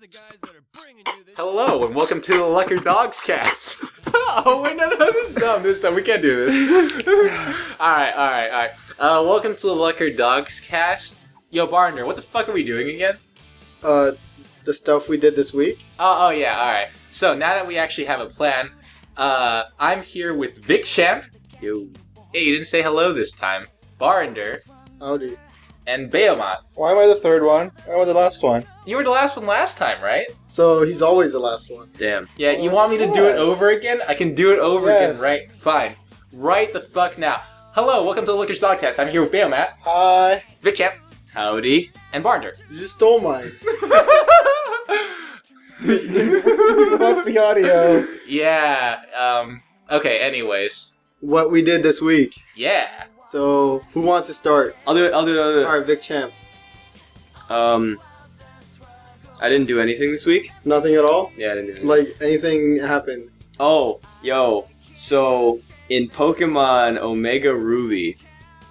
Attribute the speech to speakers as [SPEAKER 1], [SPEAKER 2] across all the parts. [SPEAKER 1] the guys that are bringing you this.
[SPEAKER 2] Hello and welcome to the Lucker Dogs Cast. oh wait, no, no, this is dumb. This is dumb. We can't do this. all right, all right, all right. Uh, welcome to the Lucker Dogs Cast. Yo, Barner, what the fuck are we doing again?
[SPEAKER 3] uh, the stuff we did this week.
[SPEAKER 2] Oh, oh yeah, all right. So now that we actually have a plan, uh, I'm here with Vic Champ.
[SPEAKER 3] You.
[SPEAKER 2] Hey, you didn't say hello this time. Barner
[SPEAKER 3] Howdy.
[SPEAKER 2] and Beomont.
[SPEAKER 3] Why am I the third one? I was the last one.
[SPEAKER 2] You were the last one last time, right?
[SPEAKER 3] So he's always the last one.
[SPEAKER 4] Damn.
[SPEAKER 2] Yeah, you want me to do it over again? I can do it over
[SPEAKER 3] Yes.
[SPEAKER 2] again, right? Fine. Right the fuck now. Hello, welcome to the Liquor's Dog Test. I'm here with Bayomat,
[SPEAKER 3] Hi.
[SPEAKER 2] Vic Champ,
[SPEAKER 4] Howdy.
[SPEAKER 2] and Barnder.
[SPEAKER 3] You just stole mine. What's the audio?
[SPEAKER 2] yeah, um, okay, anyways.
[SPEAKER 3] What we did this week.
[SPEAKER 2] Yeah.
[SPEAKER 3] So who wants to start?
[SPEAKER 4] I'll do it. I'll do it. I'll do
[SPEAKER 3] All
[SPEAKER 4] it.
[SPEAKER 3] right, Vic Champ.
[SPEAKER 4] Um, I didn't do anything this week.
[SPEAKER 3] Nothing at all.
[SPEAKER 4] Yeah, I didn't do anything.
[SPEAKER 3] Like anything happened.
[SPEAKER 4] Oh, yo. So in Pokemon Omega Ruby,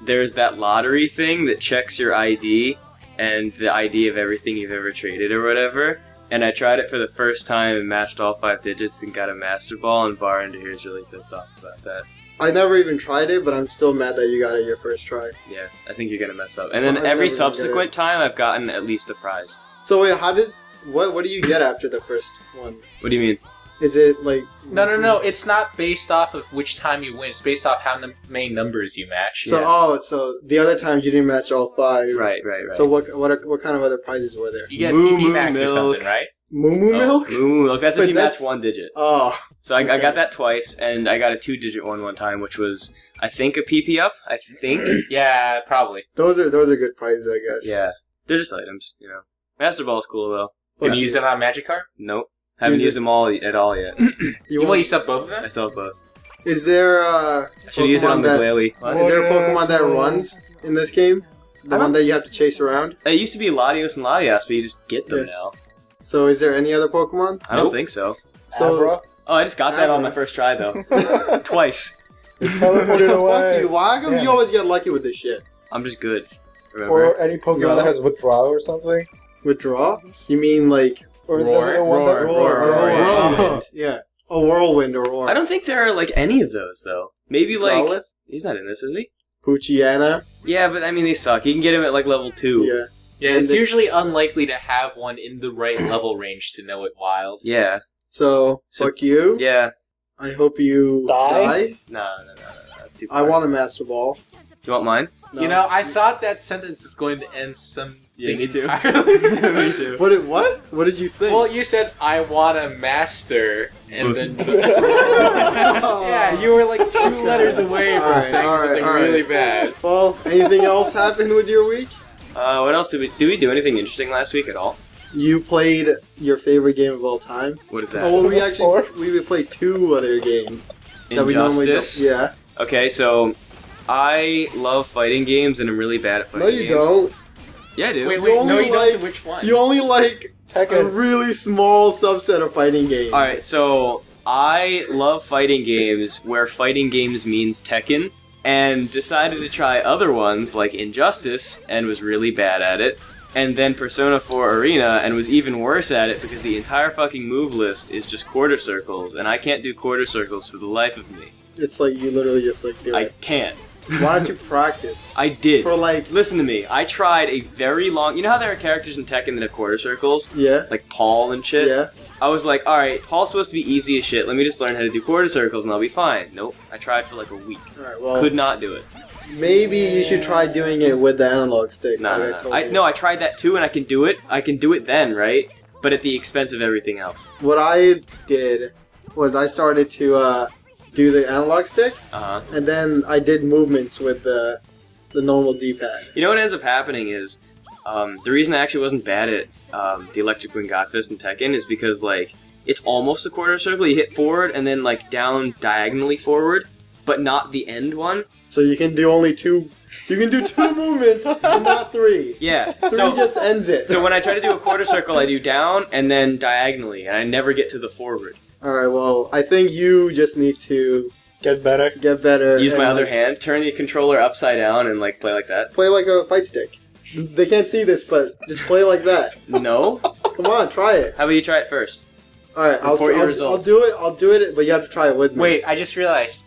[SPEAKER 4] there's that lottery thing that checks your ID and the ID of everything you've ever traded or whatever. And I tried it for the first time and matched all five digits and got a Master Ball. And Bar into here is really pissed off about that.
[SPEAKER 3] I never even tried it, but I'm still mad that you got it your first try.
[SPEAKER 4] Yeah, I think you're gonna mess up. And
[SPEAKER 3] Well,
[SPEAKER 4] then
[SPEAKER 3] I've never
[SPEAKER 4] every
[SPEAKER 3] been
[SPEAKER 4] subsequent time, I've gotten at least a prize.
[SPEAKER 3] So wait, how does what? What do you get after the first one?
[SPEAKER 4] What do you mean?
[SPEAKER 3] Is it like
[SPEAKER 2] No, no, no, it's not based off of which time you win, it's based off how num- many numbers you match.
[SPEAKER 3] So
[SPEAKER 4] Yeah.
[SPEAKER 3] oh, so the other times you didn't match all five.
[SPEAKER 4] Right, right, right.
[SPEAKER 3] So what? What? are- What kind of other prizes were there?
[SPEAKER 2] You get
[SPEAKER 4] Moo
[SPEAKER 2] PP
[SPEAKER 4] Moo
[SPEAKER 2] Max or something,
[SPEAKER 4] milk.
[SPEAKER 2] right?
[SPEAKER 3] Moo moo
[SPEAKER 2] Oh.
[SPEAKER 3] milk.
[SPEAKER 4] Ooh, look, that's
[SPEAKER 3] But
[SPEAKER 4] if you
[SPEAKER 3] that's-
[SPEAKER 4] match one digit.
[SPEAKER 3] Oh,
[SPEAKER 4] So I, I
[SPEAKER 3] Okay.
[SPEAKER 4] got that twice, and I got a two-digit one one time, which was I think a PP up. I think.
[SPEAKER 2] Yeah, probably.
[SPEAKER 3] those are those are good prizes, I guess.
[SPEAKER 4] yeah, they're just items, you know. Master Ball's cool though.
[SPEAKER 2] Can
[SPEAKER 3] Okay.
[SPEAKER 2] you use them on Magikarp?
[SPEAKER 4] Nope, haven't
[SPEAKER 3] Dude,
[SPEAKER 4] used them all at all yet.
[SPEAKER 3] You
[SPEAKER 2] You,
[SPEAKER 3] want-
[SPEAKER 2] want to use up both of
[SPEAKER 4] I
[SPEAKER 2] them?
[SPEAKER 4] saw both.
[SPEAKER 3] Is there uh,
[SPEAKER 4] I should use it
[SPEAKER 3] Pokemon
[SPEAKER 4] on the
[SPEAKER 3] that-
[SPEAKER 4] Glalie.
[SPEAKER 3] is there a Pokemon that runs in this game?
[SPEAKER 4] I
[SPEAKER 3] The one
[SPEAKER 4] don't-
[SPEAKER 3] that you have to chase around.
[SPEAKER 4] It used to be Latios and Latias, but you just get them
[SPEAKER 3] Yeah.
[SPEAKER 4] now.
[SPEAKER 3] So is there any other Pokemon?
[SPEAKER 4] I don't
[SPEAKER 2] Nope.
[SPEAKER 4] think so.
[SPEAKER 3] So
[SPEAKER 4] Oh, I just got that on
[SPEAKER 3] Abra.
[SPEAKER 4] my first try though, twice.
[SPEAKER 5] teleported
[SPEAKER 3] Fuck
[SPEAKER 5] away.
[SPEAKER 3] you! Why come
[SPEAKER 5] Damn
[SPEAKER 3] you
[SPEAKER 5] it.
[SPEAKER 3] always get lucky with this shit?
[SPEAKER 4] I'm just good. Remember?
[SPEAKER 5] Or any Pokemon
[SPEAKER 3] No.
[SPEAKER 5] that has withdrawal or something.
[SPEAKER 3] Withdraw? You mean like
[SPEAKER 5] Or the-
[SPEAKER 2] Roar,
[SPEAKER 5] the, one
[SPEAKER 2] roar,
[SPEAKER 5] that
[SPEAKER 2] roar,
[SPEAKER 3] or
[SPEAKER 2] roar,
[SPEAKER 3] a
[SPEAKER 2] yeah.
[SPEAKER 3] whirlwind? Yeah, a whirlwind or or.
[SPEAKER 4] I don't think there are like any of those though. Maybe like
[SPEAKER 3] Growlithe?
[SPEAKER 4] he's not in this, is he?
[SPEAKER 3] Poochiana.
[SPEAKER 4] Yeah, but I mean they suck. You can get him at like level two.
[SPEAKER 3] Yeah.
[SPEAKER 2] Yeah,
[SPEAKER 3] And
[SPEAKER 2] it's
[SPEAKER 3] the-
[SPEAKER 2] usually unlikely to have one in the right level range to know it wild.
[SPEAKER 4] Yeah.
[SPEAKER 3] So,
[SPEAKER 4] So-
[SPEAKER 3] fuck you.
[SPEAKER 4] Yeah.
[SPEAKER 3] I hope you
[SPEAKER 5] Die?
[SPEAKER 3] die.
[SPEAKER 4] No, no, no, no. That's too.
[SPEAKER 3] I
[SPEAKER 4] far.
[SPEAKER 3] want a master ball.
[SPEAKER 4] You want mine?
[SPEAKER 2] You know, I thought that sentence was going to end some.
[SPEAKER 4] Yeah, me too.
[SPEAKER 2] me
[SPEAKER 4] too.
[SPEAKER 3] What? Did, what? What did you think?
[SPEAKER 2] Well, you said I want to master, and then yeah, you were like two letters away from
[SPEAKER 3] All right,
[SPEAKER 2] saying
[SPEAKER 3] all right,
[SPEAKER 2] something
[SPEAKER 3] all right.
[SPEAKER 2] really bad.
[SPEAKER 3] Well, anything else happened with your week?
[SPEAKER 4] Uh, what else did we? Did we do anything interesting last week at all?
[SPEAKER 3] You played your favorite game of all time.
[SPEAKER 4] What is that?
[SPEAKER 3] Oh, well, we
[SPEAKER 5] Persona
[SPEAKER 3] actually we played two other games that we normally
[SPEAKER 4] Injustice.
[SPEAKER 3] don't. Yeah.
[SPEAKER 4] Okay, so I love fighting games, and I'm really bad at fighting
[SPEAKER 3] No, you
[SPEAKER 4] games.
[SPEAKER 3] don't.
[SPEAKER 4] Yeah, I do.
[SPEAKER 2] Wait,
[SPEAKER 3] You
[SPEAKER 2] wait, no,
[SPEAKER 3] only
[SPEAKER 2] you
[SPEAKER 3] like-
[SPEAKER 2] don't. do Which one?
[SPEAKER 3] You only like a
[SPEAKER 5] Tekken.
[SPEAKER 3] really small subset of fighting games.
[SPEAKER 4] All right, so I love fighting games where fighting games means Tekken, and decided to try other ones like Injustice, and was really bad at it. And then Persona 4 Arena, and was even worse at it because the entire fucking move list is just quarter circles, and I can't do quarter circles for the life of me.
[SPEAKER 3] It's like you literally just like do
[SPEAKER 4] I
[SPEAKER 3] it.
[SPEAKER 4] can't.
[SPEAKER 3] Why don't you practice
[SPEAKER 4] I did.
[SPEAKER 3] for like?
[SPEAKER 4] Listen to me. I tried a very long. You know how there are characters in Tekken that have quarter circles,
[SPEAKER 3] Yeah.
[SPEAKER 4] like Paul and shit.
[SPEAKER 3] Yeah.
[SPEAKER 4] I was like, all right, Paul's supposed to be easy as shit. Let me just learn how to do quarter circles and I'll be fine. Nope. I tried for like a week.
[SPEAKER 3] All right. Well,
[SPEAKER 4] Could not do it.
[SPEAKER 3] maybe you should try doing it with the analog stick.
[SPEAKER 4] No,
[SPEAKER 3] like
[SPEAKER 4] no,
[SPEAKER 3] I
[SPEAKER 4] no.
[SPEAKER 3] told
[SPEAKER 4] I,
[SPEAKER 3] you.
[SPEAKER 4] no, I tried that too, and I can do it. I can do it then, right? But at the expense of everything else.
[SPEAKER 3] What I did was I started to uh, do the analog stick,
[SPEAKER 4] Uh huh.
[SPEAKER 3] and then I did movements with the the normal D-pad.
[SPEAKER 4] You know what ends up happening is um, the reason I actually wasn't bad at um, the Electric Wing Godfist and Tekken is because like it's almost a quarter circle. You hit forward and then like down diagonally forward, but not the end one.
[SPEAKER 3] So you can do only two. You can do two movements, and not three.
[SPEAKER 4] Yeah.
[SPEAKER 3] Three
[SPEAKER 4] So
[SPEAKER 3] just ends it.
[SPEAKER 4] so when I try to do a quarter circle, I do down and then diagonally, and I never get to the forward.
[SPEAKER 3] All right. Well, I think you just need to
[SPEAKER 5] Get better.
[SPEAKER 3] get better.
[SPEAKER 4] Use
[SPEAKER 3] and,
[SPEAKER 4] my other
[SPEAKER 3] like,
[SPEAKER 4] hand, turn the controller upside down, and like play like that.
[SPEAKER 3] Play like a fight stick. They can't see this, but just play like that.
[SPEAKER 4] No?
[SPEAKER 3] Come on, try it.
[SPEAKER 4] How about you try it first?
[SPEAKER 3] All right, I'll,
[SPEAKER 4] Report your
[SPEAKER 3] I'll- I'll
[SPEAKER 4] results.
[SPEAKER 3] do it. I'll do it, but you have to try it with me.
[SPEAKER 2] Wait, I just realized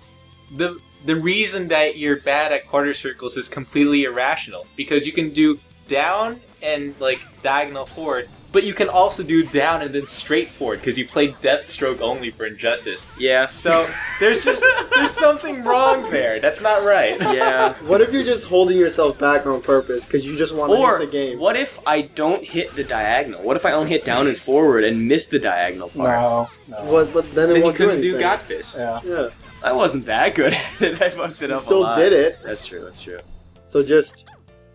[SPEAKER 2] the the reason that you're bad at quarter circles is completely irrational because you can do down and like diagonal forward, but you can also do down and then straight forward because you played Deathstroke only for Injustice.
[SPEAKER 4] Yeah.
[SPEAKER 2] So there's just there's something wrong there. That's not right.
[SPEAKER 4] Yeah.
[SPEAKER 3] What if you're just holding yourself back on purpose because you just want to
[SPEAKER 4] Or
[SPEAKER 3] hit the game?
[SPEAKER 4] what if I don't hit the diagonal? What if I only hit down and forward and miss the diagonal part?
[SPEAKER 5] No, no.
[SPEAKER 3] What? But then it
[SPEAKER 2] Then you
[SPEAKER 3] won't do
[SPEAKER 2] couldn't do
[SPEAKER 3] anything.
[SPEAKER 2] Godfist.
[SPEAKER 5] Yeah.
[SPEAKER 3] Yeah,
[SPEAKER 4] I wasn't that good at it. I fucked it
[SPEAKER 3] you
[SPEAKER 4] up a
[SPEAKER 3] still
[SPEAKER 4] lot.
[SPEAKER 3] did it.
[SPEAKER 4] That's true. That's true.
[SPEAKER 3] So just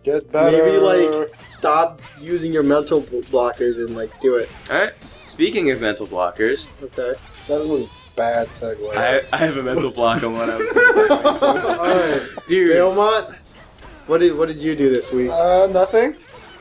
[SPEAKER 5] Get better.
[SPEAKER 3] maybe like stop using your mental bl- blockers and like do it.
[SPEAKER 4] All right. Speaking of mental blockers,
[SPEAKER 3] Okay.
[SPEAKER 5] that was a bad segue.
[SPEAKER 4] I, I have a mental block on what I was going to say.
[SPEAKER 3] All right,
[SPEAKER 2] Dude,
[SPEAKER 3] Belmont. What did What did you do this week?
[SPEAKER 5] uh, nothing.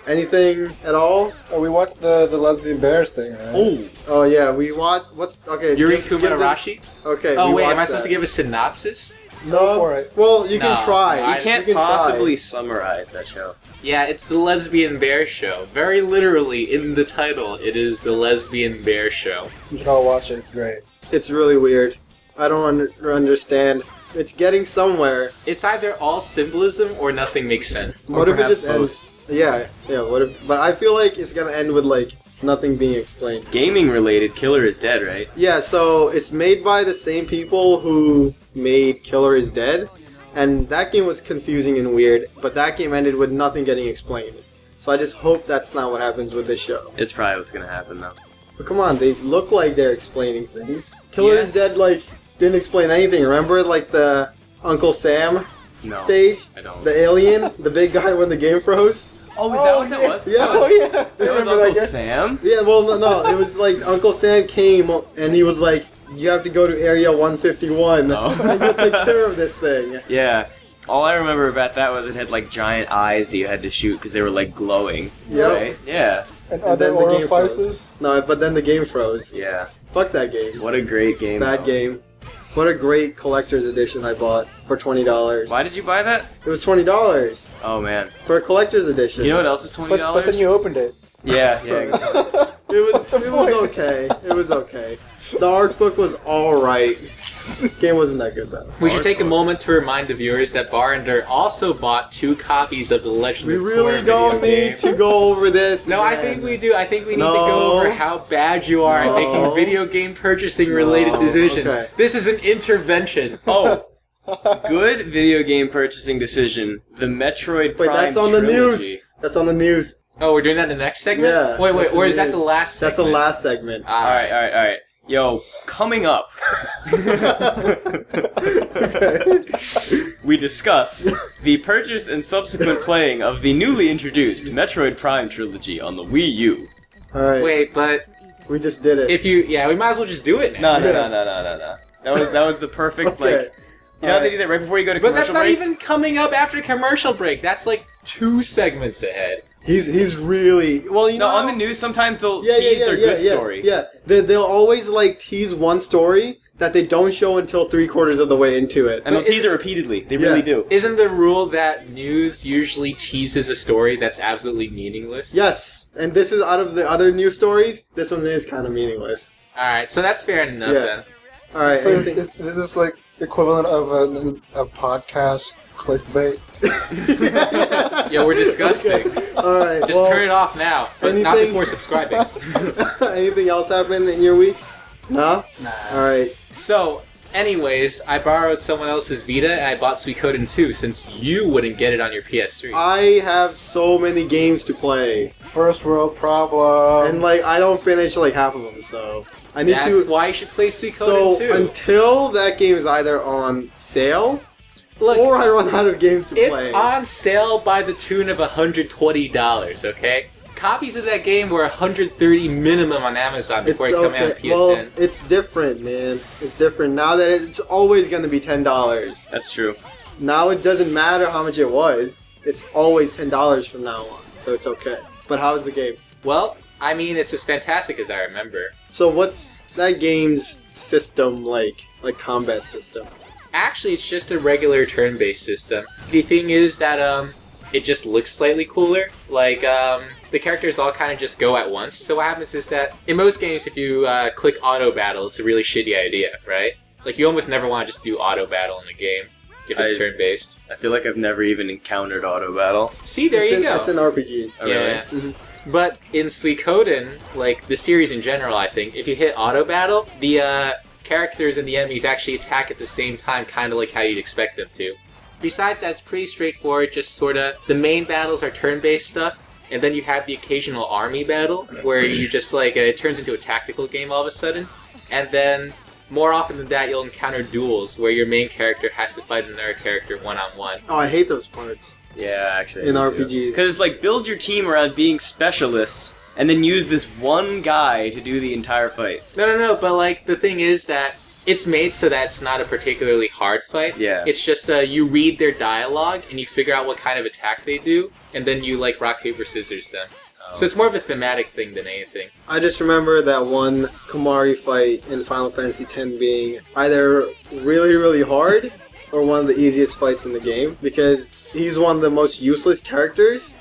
[SPEAKER 3] Anything at all?
[SPEAKER 5] Uh, we watched the the lesbian bears thing, right?
[SPEAKER 4] Oh,
[SPEAKER 3] Oh yeah, we watch. What's okay?
[SPEAKER 2] Yuri
[SPEAKER 3] give- give them-
[SPEAKER 2] Kumarashi.
[SPEAKER 3] Okay.
[SPEAKER 2] Oh
[SPEAKER 3] we
[SPEAKER 2] wait, am I
[SPEAKER 3] watched
[SPEAKER 2] supposed to
[SPEAKER 3] that.
[SPEAKER 2] give a synopsis?
[SPEAKER 3] No.
[SPEAKER 5] for it.
[SPEAKER 3] Well, you can
[SPEAKER 2] No,
[SPEAKER 3] try.
[SPEAKER 2] no, I-
[SPEAKER 4] you can't
[SPEAKER 3] can try.
[SPEAKER 4] possibly summarize that show.
[SPEAKER 2] Yeah, it's the Lesbian Bear Show. Very literally in the title, it is the Lesbian Bear Show.
[SPEAKER 5] You should all watch it. It's great.
[SPEAKER 3] It's really weird. I don't un- understand. It's getting somewhere.
[SPEAKER 2] It's either all symbolism or nothing makes sense.
[SPEAKER 4] Or
[SPEAKER 3] what if it
[SPEAKER 4] perhaps
[SPEAKER 3] just ends? Yeah, yeah. What if? But I feel like it's gonna end with like nothing being explained.
[SPEAKER 4] Gaming related, Killer is Dead, right?
[SPEAKER 3] Yeah. So it's made by the same people who made Killer is Dead, and that game was confusing and weird. But that game ended with nothing getting explained. So I just hope that's not what happens with this show.
[SPEAKER 4] It's probably what's going to happen, though.
[SPEAKER 3] But come on, they look like they're explaining things. Killer
[SPEAKER 2] Yeah.
[SPEAKER 3] is Dead like didn't explain anything. Remember like the Uncle Sam
[SPEAKER 4] No.
[SPEAKER 3] stage?
[SPEAKER 4] I don't.
[SPEAKER 3] The alien, the big guy when the game froze.
[SPEAKER 4] oh, is
[SPEAKER 5] Oh,
[SPEAKER 4] that what that
[SPEAKER 5] yeah.
[SPEAKER 4] was?
[SPEAKER 3] Yeah.
[SPEAKER 4] That was,
[SPEAKER 5] yeah.
[SPEAKER 4] that was
[SPEAKER 5] Remember
[SPEAKER 4] Uncle
[SPEAKER 5] that guy?
[SPEAKER 4] Sam?
[SPEAKER 3] Yeah, well, no, no, it was like Uncle Sam came and he was like, "You have to go to Area 151
[SPEAKER 4] Oh.
[SPEAKER 3] and you take care of this thing."
[SPEAKER 4] Yeah. All I remember about that was it had like giant eyes that you had to shoot because they were like glowing.
[SPEAKER 3] Yep.
[SPEAKER 4] Right? Yeah.
[SPEAKER 5] And,
[SPEAKER 3] And
[SPEAKER 5] other
[SPEAKER 3] then the game
[SPEAKER 5] orifices.
[SPEAKER 3] No, but then the game froze.
[SPEAKER 4] Yeah.
[SPEAKER 3] Fuck that game.
[SPEAKER 4] What a great game.
[SPEAKER 3] Bad
[SPEAKER 4] though.
[SPEAKER 3] game. What a great collector's edition I bought for twenty dollars.
[SPEAKER 4] Why did you buy that?
[SPEAKER 3] It was twenty dollars
[SPEAKER 4] Oh man.
[SPEAKER 3] for a collector's edition.
[SPEAKER 4] You know what else is twenty
[SPEAKER 5] But, but then
[SPEAKER 4] dollars?
[SPEAKER 5] you opened it.
[SPEAKER 4] Yeah. Yeah.
[SPEAKER 3] It was
[SPEAKER 5] What's the
[SPEAKER 3] it was
[SPEAKER 5] point?
[SPEAKER 3] okay. It was okay. The art book was all right. Game wasn't that good though.
[SPEAKER 2] We should take a moment to remind the viewers that Barrender also bought two copies of the Legend
[SPEAKER 3] We
[SPEAKER 2] of
[SPEAKER 3] really
[SPEAKER 2] Korra
[SPEAKER 3] don't
[SPEAKER 2] video
[SPEAKER 3] need
[SPEAKER 2] game.
[SPEAKER 3] to go over this.
[SPEAKER 2] No, I
[SPEAKER 3] again.
[SPEAKER 2] think we do. I think we need to
[SPEAKER 3] No.
[SPEAKER 2] go over how bad you are
[SPEAKER 3] No.
[SPEAKER 2] at making video game purchasing related
[SPEAKER 3] No.
[SPEAKER 2] decisions.
[SPEAKER 3] Okay.
[SPEAKER 2] This is an intervention.
[SPEAKER 4] oh. Good video game purchasing decision. The Metroid
[SPEAKER 3] Wait,
[SPEAKER 4] Prime
[SPEAKER 3] that's on the
[SPEAKER 4] trilogy.
[SPEAKER 3] news. That's on the news.
[SPEAKER 2] Oh, we're doing that in the next segment?
[SPEAKER 3] Yeah,
[SPEAKER 2] wait, wait,
[SPEAKER 3] that's
[SPEAKER 2] or
[SPEAKER 3] what
[SPEAKER 2] is
[SPEAKER 3] it
[SPEAKER 2] that
[SPEAKER 3] is.
[SPEAKER 2] the last
[SPEAKER 3] That's
[SPEAKER 2] segment?
[SPEAKER 3] the last segment.
[SPEAKER 2] Ah.
[SPEAKER 4] All right. All right. All right. Yo, coming up, we discuss the purchase and subsequent playing of the newly introduced Metroid Prime trilogy on the Wii U.
[SPEAKER 3] All right,
[SPEAKER 2] Wait, but
[SPEAKER 3] we just did it.
[SPEAKER 2] if you, yeah, we might as well just do it now.
[SPEAKER 4] No, no,
[SPEAKER 3] Yeah.
[SPEAKER 4] no, no, no, no, no. That was that was the perfect
[SPEAKER 3] Okay.
[SPEAKER 4] like. You know how they
[SPEAKER 3] Alright.
[SPEAKER 4] do that right before you go to
[SPEAKER 2] But that's
[SPEAKER 4] commercial
[SPEAKER 2] not
[SPEAKER 4] break.
[SPEAKER 2] even coming up after commercial break. That's like two segments ahead.
[SPEAKER 3] he's he's really well. You
[SPEAKER 4] no,
[SPEAKER 3] know,
[SPEAKER 4] on the news sometimes they'll
[SPEAKER 3] yeah, yeah,
[SPEAKER 4] tease
[SPEAKER 3] yeah,
[SPEAKER 4] their
[SPEAKER 3] yeah,
[SPEAKER 4] good
[SPEAKER 3] yeah,
[SPEAKER 4] story.
[SPEAKER 3] Yeah, they, they'll always like tease one story that they don't show until three quarters of the way into it.
[SPEAKER 4] and they'll
[SPEAKER 2] But is-
[SPEAKER 4] tease it repeatedly. They
[SPEAKER 3] Yeah.
[SPEAKER 4] really do.
[SPEAKER 2] Isn't the rule that news usually teases a story that's absolutely meaningless?
[SPEAKER 3] Yes, and this is out of the other news stories. This one is kind of meaningless.
[SPEAKER 2] All right, so that's fair enough
[SPEAKER 3] Yeah.
[SPEAKER 2] then.
[SPEAKER 3] All right,
[SPEAKER 5] So is,
[SPEAKER 3] anything-
[SPEAKER 5] is, is this like equivalent of a, a podcast clickbait?
[SPEAKER 2] Yeah, we're disgusting.
[SPEAKER 3] all right,
[SPEAKER 2] Just
[SPEAKER 3] well,
[SPEAKER 2] turn it off now, but not
[SPEAKER 3] anything-
[SPEAKER 2] before subscribing.
[SPEAKER 3] anything else happened in your week? No.
[SPEAKER 5] Nah.
[SPEAKER 3] All right.
[SPEAKER 2] so, anyways, I borrowed someone else's Vita and I bought Suikoden 2 since you wouldn't get it on your PS3.
[SPEAKER 3] I have so many games to play,
[SPEAKER 5] First world problem.
[SPEAKER 3] and like I don't finish like half of them, so I need
[SPEAKER 2] that's
[SPEAKER 3] to.
[SPEAKER 2] why you should play Suikoden
[SPEAKER 3] so
[SPEAKER 2] 2.
[SPEAKER 3] until that game is either on sale
[SPEAKER 2] Look,
[SPEAKER 3] or I run out of games to
[SPEAKER 2] It's
[SPEAKER 3] play.
[SPEAKER 2] on sale by the tune of $120, okay? Copies of that game were 130 minimum on Amazon
[SPEAKER 3] It's
[SPEAKER 2] before it came out on
[SPEAKER 3] okay.
[SPEAKER 2] PSN.
[SPEAKER 3] Well, it's different, man. It's different now that it's always going to be ten dollars.
[SPEAKER 4] That's true.
[SPEAKER 3] Now it doesn't matter how much it was. It's always ten dollars from now on, so it's okay. But how is the game?
[SPEAKER 2] well, I mean, it's as fantastic as I remember.
[SPEAKER 3] So what's that game's system like? Like combat system?
[SPEAKER 2] Actually, it's just a regular turn-based system. The thing is that um, it just looks slightly cooler. Like um, the characters all kind of just go at once. So what happens is that in most games, if you uh, click auto battle, it's a really shitty idea, right? Like you almost never want to just do auto battle in a game if it's
[SPEAKER 4] I-
[SPEAKER 2] turn based.
[SPEAKER 4] I feel like I've never even encountered auto battle.
[SPEAKER 2] See, there
[SPEAKER 3] it's
[SPEAKER 2] you
[SPEAKER 3] in,
[SPEAKER 2] go.
[SPEAKER 3] It's in RPGs.
[SPEAKER 4] Oh,
[SPEAKER 2] Yeah.
[SPEAKER 3] Mm-hmm.
[SPEAKER 2] But in Suikoden, like the series in general, I think, if you hit auto battle, the uh, characters and the enemies actually attack at the same time, kind of like how you'd expect them to. Besides that, it's pretty straightforward, just sort of the main battles are turn based stuff. And then you have the occasional army battle where you just like uh, it turns into a tactical game all of a sudden. And then more often than that, you'll encounter duels where your main character has to fight another character one on one.
[SPEAKER 3] Oh, I hate those parts
[SPEAKER 4] Yeah, actually.
[SPEAKER 3] in RPGs.
[SPEAKER 4] Because, like, build your team around being specialists and then use this one guy to do the entire fight.
[SPEAKER 2] No, no, no. But like the thing is that it's made so that it's not a particularly hard fight.
[SPEAKER 4] Yeah.
[SPEAKER 2] It's just uh, you read their dialogue and you figure out what kind of attack they do, and then you like rock paper scissors them.
[SPEAKER 4] Oh.
[SPEAKER 2] So it's more of a thematic thing than anything.
[SPEAKER 3] I just remember that one Kamari fight in Final Fantasy X being either really, really hard or one of the easiest fights in the game because he's one of the most useless characters.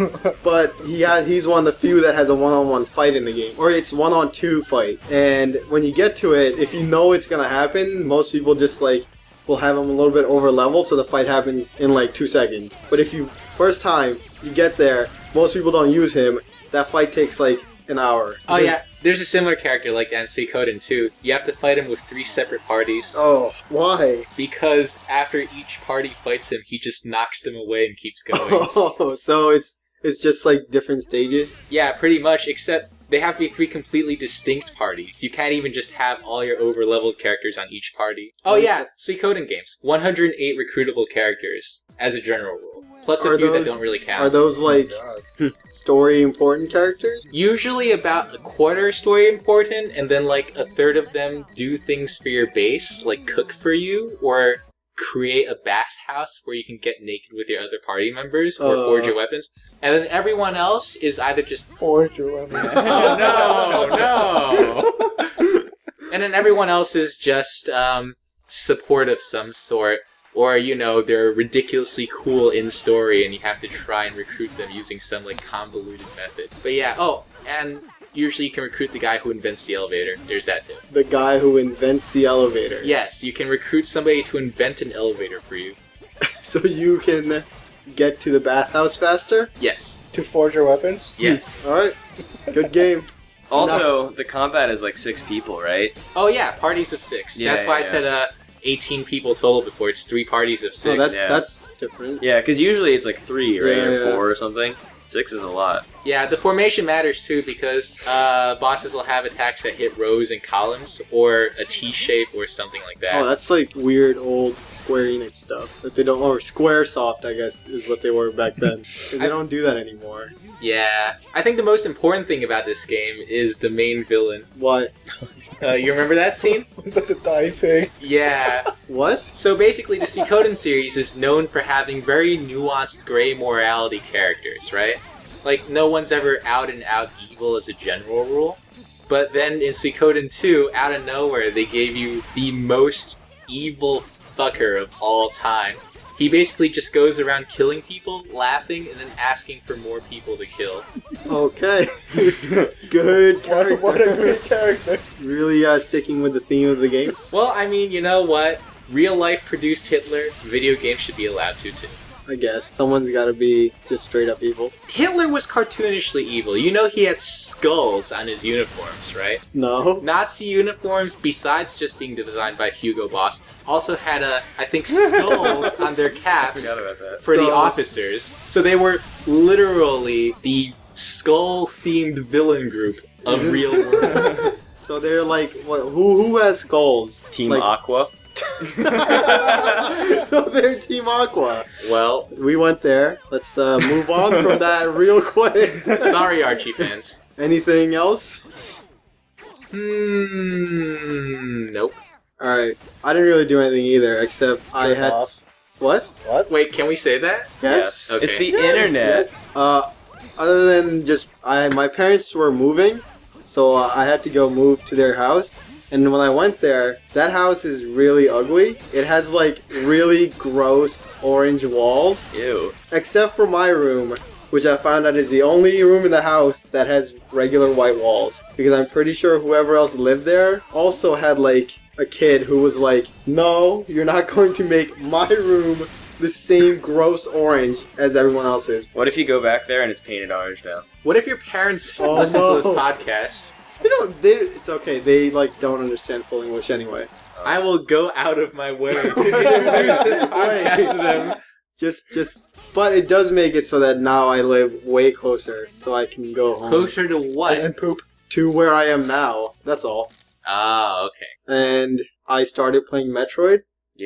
[SPEAKER 5] Oh
[SPEAKER 3] but he has he's one of the few that has a one-on-one fight in the game or it's one-on-two fight and when you get to it if you know it's gonna happen most people just like will have him a little bit over level so the fight happens in like two seconds but if you first time you get there most people don't use him that fight takes like an hour
[SPEAKER 2] Oh
[SPEAKER 3] Because-
[SPEAKER 2] yeah, there's a similar character like that in Suikoden too. You have to fight him with three separate parties
[SPEAKER 3] oh why
[SPEAKER 2] because after each party fights him, he just knocks them away and keeps going.
[SPEAKER 3] oh so it's it's just like different stages
[SPEAKER 2] Yeah, pretty much, except they have to be three completely distinct parties. You can't even just have all your over leveled characters on each party. Oh, yeah, Suikoden games. 108 recruitable characters, as a general rule. Plus a
[SPEAKER 3] Are
[SPEAKER 2] few that
[SPEAKER 3] those-
[SPEAKER 2] don't really count.
[SPEAKER 3] are those like
[SPEAKER 5] God.
[SPEAKER 3] story important characters
[SPEAKER 2] Usually about a quarter story important, and then like a third of them do things for your base, like cook for you, or create a bathhouse where you can get naked with your other party members or
[SPEAKER 3] Uh.
[SPEAKER 2] forge your weapons. And then everyone else is either just
[SPEAKER 5] Forge or whatever.
[SPEAKER 2] oh no, no. and then everyone else is just um, support of some sort, or you know they're ridiculously cool in story, and you have to try and recruit them using some like convoluted method. But yeah, oh, and usually you can recruit the guy who invents the elevator. There's that too.
[SPEAKER 3] the guy who invents the elevator
[SPEAKER 2] Yes, you can recruit somebody to invent an elevator for you.
[SPEAKER 3] so you can get to the bathhouse faster.
[SPEAKER 2] Yes,
[SPEAKER 5] to forge your weapons.
[SPEAKER 4] Hmm.
[SPEAKER 2] yes.
[SPEAKER 3] All right, good game.
[SPEAKER 4] Also, the combat is like six people, right?
[SPEAKER 2] Oh yeah, parties of six.
[SPEAKER 4] Yeah,
[SPEAKER 2] That's why
[SPEAKER 4] yeah,
[SPEAKER 2] I said uh, 18 people total before. It's three parties of
[SPEAKER 3] So
[SPEAKER 2] six.
[SPEAKER 3] that's
[SPEAKER 4] yeah.
[SPEAKER 3] that's different.
[SPEAKER 4] Yeah, because usually it's like three, right?
[SPEAKER 3] Yeah,
[SPEAKER 4] or
[SPEAKER 3] yeah.
[SPEAKER 4] four or something. Six is a lot.
[SPEAKER 2] Yeah, the formation matters too because uh, bosses will have attacks that hit rows and columns or a T shape or something like that.
[SPEAKER 3] Oh, that's like weird old Square Enix stuff that they don't, or SquareSoft, I guess, is what they were back then. 'Cause
[SPEAKER 2] I-
[SPEAKER 3] they don't do that anymore.
[SPEAKER 2] yeah. I think the most important thing about this game is the main villain.
[SPEAKER 3] Why?
[SPEAKER 2] Uh, you remember that scene?
[SPEAKER 5] Was that the die thing?
[SPEAKER 2] Yeah.
[SPEAKER 3] What?
[SPEAKER 2] So basically, the Suikoden series is known for having very nuanced gray morality characters, right? Like, no one's ever out and out evil as a general rule. But then in Suikoden 2, out of nowhere, they gave you the most evil fucker of all time. He basically just goes around killing people, laughing, and then asking for more people to kill.
[SPEAKER 3] Okay, good character.
[SPEAKER 5] What, what a great character.
[SPEAKER 3] Really uh, sticking with the theme of the game.
[SPEAKER 2] Well, I mean, you know what? Real life produced Hitler, video games should be allowed to too.
[SPEAKER 3] I guess someone's got to be just straight up evil.
[SPEAKER 2] Hitler was cartoonishly evil. You know he had skulls on his uniforms, right?
[SPEAKER 3] No.
[SPEAKER 2] Nazi uniforms, besides just being designed by Hugo Boss, also had a I think skulls on their caps
[SPEAKER 4] about that.
[SPEAKER 2] for the
[SPEAKER 3] So-
[SPEAKER 2] officers. So they were literally the skull themed villain group of real world.
[SPEAKER 3] So they're like, what, who who has skulls?
[SPEAKER 4] Team
[SPEAKER 3] Like-
[SPEAKER 4] Aqua.
[SPEAKER 3] so they're Team Aqua.
[SPEAKER 2] well,
[SPEAKER 3] We went there. Let's uh, move on from that real quick.
[SPEAKER 2] sorry Archie fans.
[SPEAKER 3] Anything else?
[SPEAKER 2] Hmm nope.
[SPEAKER 3] All right. I didn't really do anything either, except I
[SPEAKER 5] Jerk
[SPEAKER 3] had
[SPEAKER 5] off.
[SPEAKER 3] what?
[SPEAKER 5] What?
[SPEAKER 2] Wait, can we say that?
[SPEAKER 3] Yes.
[SPEAKER 2] Okay.
[SPEAKER 4] It's the
[SPEAKER 3] Yes,
[SPEAKER 4] internet.
[SPEAKER 3] yes. Uh, other than just I, my parents were moving, so uh, I had to go move to their house, And when I went there, that house is really ugly. It has like really gross orange walls,
[SPEAKER 4] Ew.
[SPEAKER 3] except for my room, which I found out is the only room in the house that has regular white walls. Because I'm pretty sure whoever else lived there also had like a kid who was like, No, you're not going to make my room the same gross orange as everyone else's.
[SPEAKER 4] What if you go back there and it's painted orange now?
[SPEAKER 2] What if your parents
[SPEAKER 3] Oh,
[SPEAKER 2] listen to this
[SPEAKER 3] no.
[SPEAKER 2] podcast?
[SPEAKER 3] They don't. They, it's okay. They like don't understand full English anyway.
[SPEAKER 2] I will go out of my way to introduce this podcast to them.
[SPEAKER 3] Just, just. But it does make it so that now I live way closer, so I can go home
[SPEAKER 2] Kosher to
[SPEAKER 5] And,
[SPEAKER 2] what?
[SPEAKER 5] and poop.
[SPEAKER 3] to where I am now. That's all.
[SPEAKER 2] Ah, okay.
[SPEAKER 3] And I started playing Metroid.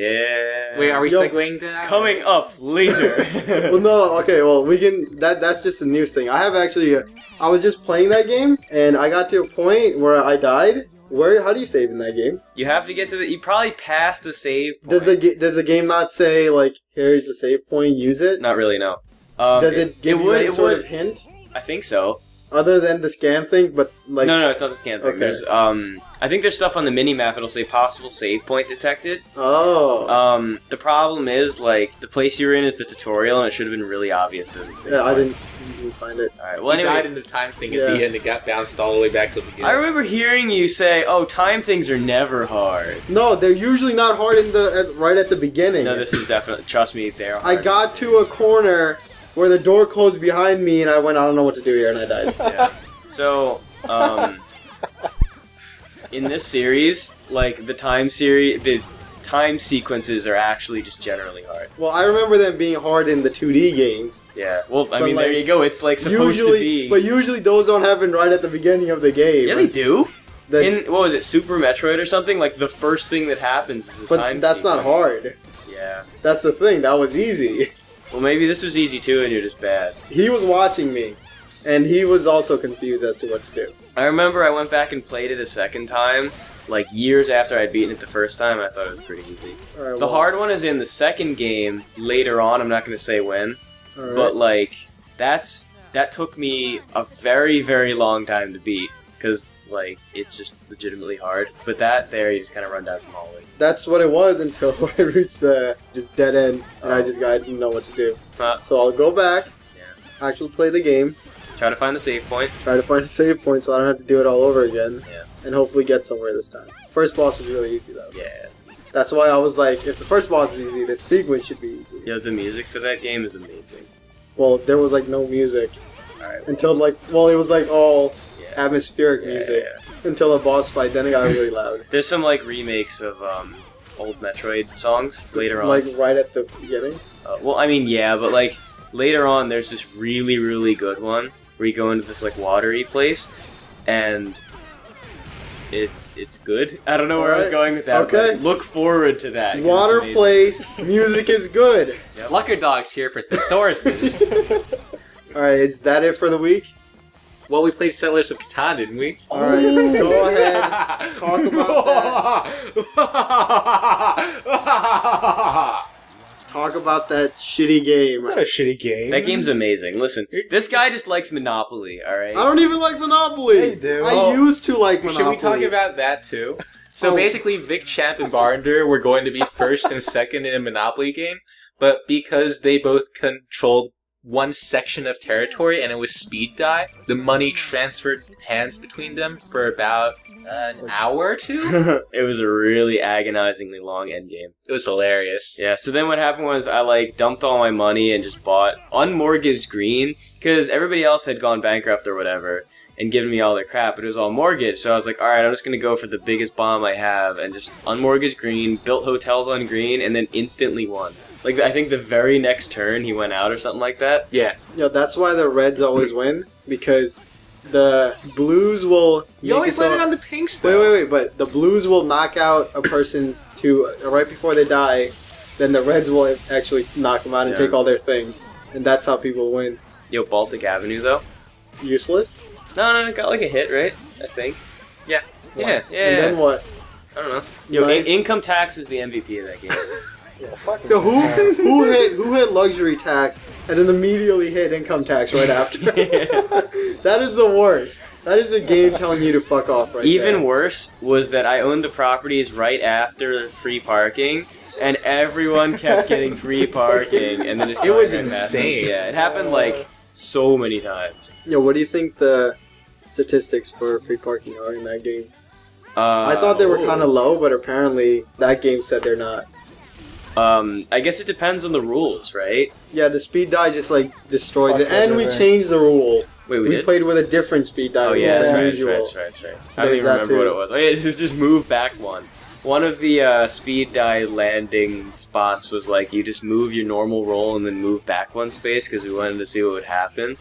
[SPEAKER 4] Yeah.
[SPEAKER 2] Wait, are we
[SPEAKER 3] Yo,
[SPEAKER 2] segueing to that?
[SPEAKER 4] coming up later?
[SPEAKER 3] Well, no. Okay. Well, we can. That that's just a news thing. I have actually. I was just playing that game, and I got to a point where I died. Where? How do you save in that game?
[SPEAKER 4] you have to get to the. You probably passed the save. Point.
[SPEAKER 3] Does the ga- does the game not say like here's the save point, use it?
[SPEAKER 4] Not really. No. Um,
[SPEAKER 3] Does it give
[SPEAKER 4] it
[SPEAKER 3] you
[SPEAKER 4] would.
[SPEAKER 3] any
[SPEAKER 4] It
[SPEAKER 3] sort
[SPEAKER 4] would.
[SPEAKER 3] of hint
[SPEAKER 4] I think so.
[SPEAKER 3] other than the scan thing? But like,
[SPEAKER 4] no, no, it's not the scan thing.
[SPEAKER 3] Okay.
[SPEAKER 4] There's, um, I think there's stuff on the mini map. It'll say possible save point detected.
[SPEAKER 3] oh,
[SPEAKER 4] Um, the problem is like the place you're in is the tutorial, and it should have been really obvious. To the save
[SPEAKER 3] Yeah, I
[SPEAKER 4] point.
[SPEAKER 3] didn't even find it.
[SPEAKER 4] All right. Well,
[SPEAKER 2] he died
[SPEAKER 4] anyway,
[SPEAKER 2] in the time thing at
[SPEAKER 3] Yeah.
[SPEAKER 2] the end. It got bounced all the way back to the beginning.
[SPEAKER 4] I remember hearing you say, "Oh, time things are never hard."
[SPEAKER 3] No, they're usually not hard in the at, right at the beginning.
[SPEAKER 4] No, this is definitely. Trust me, they are.
[SPEAKER 3] I
[SPEAKER 4] hard
[SPEAKER 3] got
[SPEAKER 4] these
[SPEAKER 3] to a
[SPEAKER 4] days.
[SPEAKER 3] corner where the door closed behind me, and I went, I don't know what to do here, and I died.
[SPEAKER 4] Yeah. So, um, in this series, like the time series, the time sequences are actually just generally hard.
[SPEAKER 3] well, I remember them being hard in the 2D games.
[SPEAKER 4] Yeah. Well, I
[SPEAKER 3] But,
[SPEAKER 4] mean, there
[SPEAKER 3] like,
[SPEAKER 4] you go. It's like supposed
[SPEAKER 3] usually,
[SPEAKER 4] to be.
[SPEAKER 3] but usually those don't happen right at the beginning of the game.
[SPEAKER 4] yeah, they do.
[SPEAKER 3] The-
[SPEAKER 4] in what was it, Super Metroid or something? Like the first thing that happens is the
[SPEAKER 3] but
[SPEAKER 4] time.
[SPEAKER 3] that's not
[SPEAKER 4] sequence.
[SPEAKER 3] hard.
[SPEAKER 4] Yeah.
[SPEAKER 3] That's the thing. That was easy.
[SPEAKER 4] Well, maybe this was easy too, and you're just bad.
[SPEAKER 3] He was watching me, and he was also confused as to what to do.
[SPEAKER 4] I remember I went back and played it a second time, like years after I'd beaten it the first time. and I thought it was pretty easy.
[SPEAKER 3] All right,
[SPEAKER 4] The
[SPEAKER 3] well,
[SPEAKER 4] hard one is in the second game later on. I'm not going to say when,
[SPEAKER 3] all right.
[SPEAKER 4] but like that's that took me a very very long time to beat because like it's just legitimately hard. But that there, you just kind of run down some hallways.
[SPEAKER 3] that's what it was until I reached the just dead end and I just I didn't know what to do.
[SPEAKER 4] Oh. Huh.
[SPEAKER 3] So I'll go back,
[SPEAKER 4] Yeah.
[SPEAKER 3] actually play the game,
[SPEAKER 4] Try to find the save point.
[SPEAKER 3] try to find a save point so I don't have to do it all over again,
[SPEAKER 4] Yeah.
[SPEAKER 3] and hopefully get somewhere this time. First boss was really easy though.
[SPEAKER 4] Yeah.
[SPEAKER 3] That's why I was like, if the first boss is easy, the sequence should be easy.
[SPEAKER 4] Yeah, the music for that game is amazing.
[SPEAKER 3] Well, there was like no music
[SPEAKER 4] All right.
[SPEAKER 3] until like well it was like all
[SPEAKER 4] Yeah.
[SPEAKER 3] atmospheric
[SPEAKER 4] Yeah,
[SPEAKER 3] music
[SPEAKER 4] yeah, yeah.
[SPEAKER 3] until the boss fight. Then it got really loud,
[SPEAKER 4] There's some like remakes of um, old Metroid songs later on.
[SPEAKER 3] like right at the beginning.
[SPEAKER 4] Uh, well, I mean, yeah, but like later on, there's this really, really good one where you go into this like watery place, and it it's good. I don't know where I was
[SPEAKER 3] Alright,
[SPEAKER 4] going with that.
[SPEAKER 3] okay.
[SPEAKER 4] but look forward to that. 'cause it's
[SPEAKER 3] Water
[SPEAKER 4] amazing.
[SPEAKER 3] place music is good.
[SPEAKER 2] Lucker Dog's here for thesauruses.
[SPEAKER 3] All right, is that it for the week?
[SPEAKER 2] well, we played Settlers of Catan, didn't we?
[SPEAKER 3] All right, go ahead. Talk
[SPEAKER 2] about
[SPEAKER 3] Talk about that shitty game.
[SPEAKER 5] It's not a shitty game.
[SPEAKER 4] That game's amazing. Listen, this guy just likes Monopoly. All right.
[SPEAKER 3] I don't even like Monopoly.
[SPEAKER 5] Hey, dude.
[SPEAKER 3] I
[SPEAKER 5] Oh.
[SPEAKER 3] used to like
[SPEAKER 2] Should
[SPEAKER 3] Monopoly.
[SPEAKER 2] we talk about that too? So
[SPEAKER 3] Oh.
[SPEAKER 2] basically, Vic Champ and Barnder were going to be first and second in a Monopoly game, but because they both controlled one section of territory and it was speed die, the money transferred hands between them for about an hour or two.
[SPEAKER 4] it was a really agonizingly long end game.
[SPEAKER 2] It was hilarious.
[SPEAKER 4] Yeah, so then what happened was I like dumped all my money and just bought unmortgaged green because everybody else had gone bankrupt or whatever and given me all their crap, but it was all mortgage. So I was like, all right, I'm just gonna go for the biggest bomb I have and just unmortgaged green, built hotels on green, and then instantly won. Like I think the very next turn he went out or something like that.
[SPEAKER 2] Yeah.
[SPEAKER 3] You know, that's why the Reds always win because the Blues will. make
[SPEAKER 2] You always
[SPEAKER 3] so-
[SPEAKER 2] land it on the pinks
[SPEAKER 3] Wait,
[SPEAKER 2] though.
[SPEAKER 3] wait, wait! But the Blues will knock out a person's to right before they die. Then the Reds will actually knock them out and
[SPEAKER 4] Yeah.
[SPEAKER 3] take all their things, and that's how people win.
[SPEAKER 4] Yo, Baltic Avenue though.
[SPEAKER 3] Useless.
[SPEAKER 4] No, no, it got like a hit, right? I think.
[SPEAKER 2] Yeah.
[SPEAKER 4] Yeah,
[SPEAKER 3] And
[SPEAKER 4] yeah.
[SPEAKER 3] then what?
[SPEAKER 4] I don't know. Yo, in-
[SPEAKER 3] Nice.
[SPEAKER 4] income tax was the MVP of that game.
[SPEAKER 5] Yeah, fucking
[SPEAKER 3] Yo, who
[SPEAKER 5] ass.
[SPEAKER 3] who hit who hit luxury tax and then immediately hit income tax right after? that is the worst. That is the game telling you to fuck off right
[SPEAKER 4] Even
[SPEAKER 3] there.
[SPEAKER 4] worse was that I owned the properties right after free parking, and everyone kept getting free parking, and then just
[SPEAKER 2] It was
[SPEAKER 4] going right past
[SPEAKER 2] insane.
[SPEAKER 4] them. Yeah, it happened like so many times.
[SPEAKER 3] Yo, what do you think the statistics for free parking are in that game?
[SPEAKER 4] Uh,
[SPEAKER 3] I thought they were
[SPEAKER 5] oh.
[SPEAKER 3] kind of low, but apparently that game said they're not.
[SPEAKER 4] Um, I guess it depends on the rules, right?
[SPEAKER 3] Yeah, the speed die just like destroys
[SPEAKER 5] Fuck
[SPEAKER 3] it, and we
[SPEAKER 5] everything.
[SPEAKER 3] changed the rule.
[SPEAKER 4] Wait, we,
[SPEAKER 3] We
[SPEAKER 4] did.
[SPEAKER 3] played with a different speed die.
[SPEAKER 4] oh
[SPEAKER 3] rule
[SPEAKER 4] yeah,
[SPEAKER 5] Yeah.
[SPEAKER 4] that's
[SPEAKER 3] than
[SPEAKER 4] right, that's
[SPEAKER 3] usual.
[SPEAKER 4] right, that's right, that's right.
[SPEAKER 3] So
[SPEAKER 4] I don't
[SPEAKER 3] there's
[SPEAKER 4] even
[SPEAKER 3] that
[SPEAKER 4] remember what
[SPEAKER 3] too.
[SPEAKER 4] it was. Oh yeah, it was just move back one. One of the uh, speed die landing spots was like you just move your normal roll and then move back one space because we wanted to see what would happen,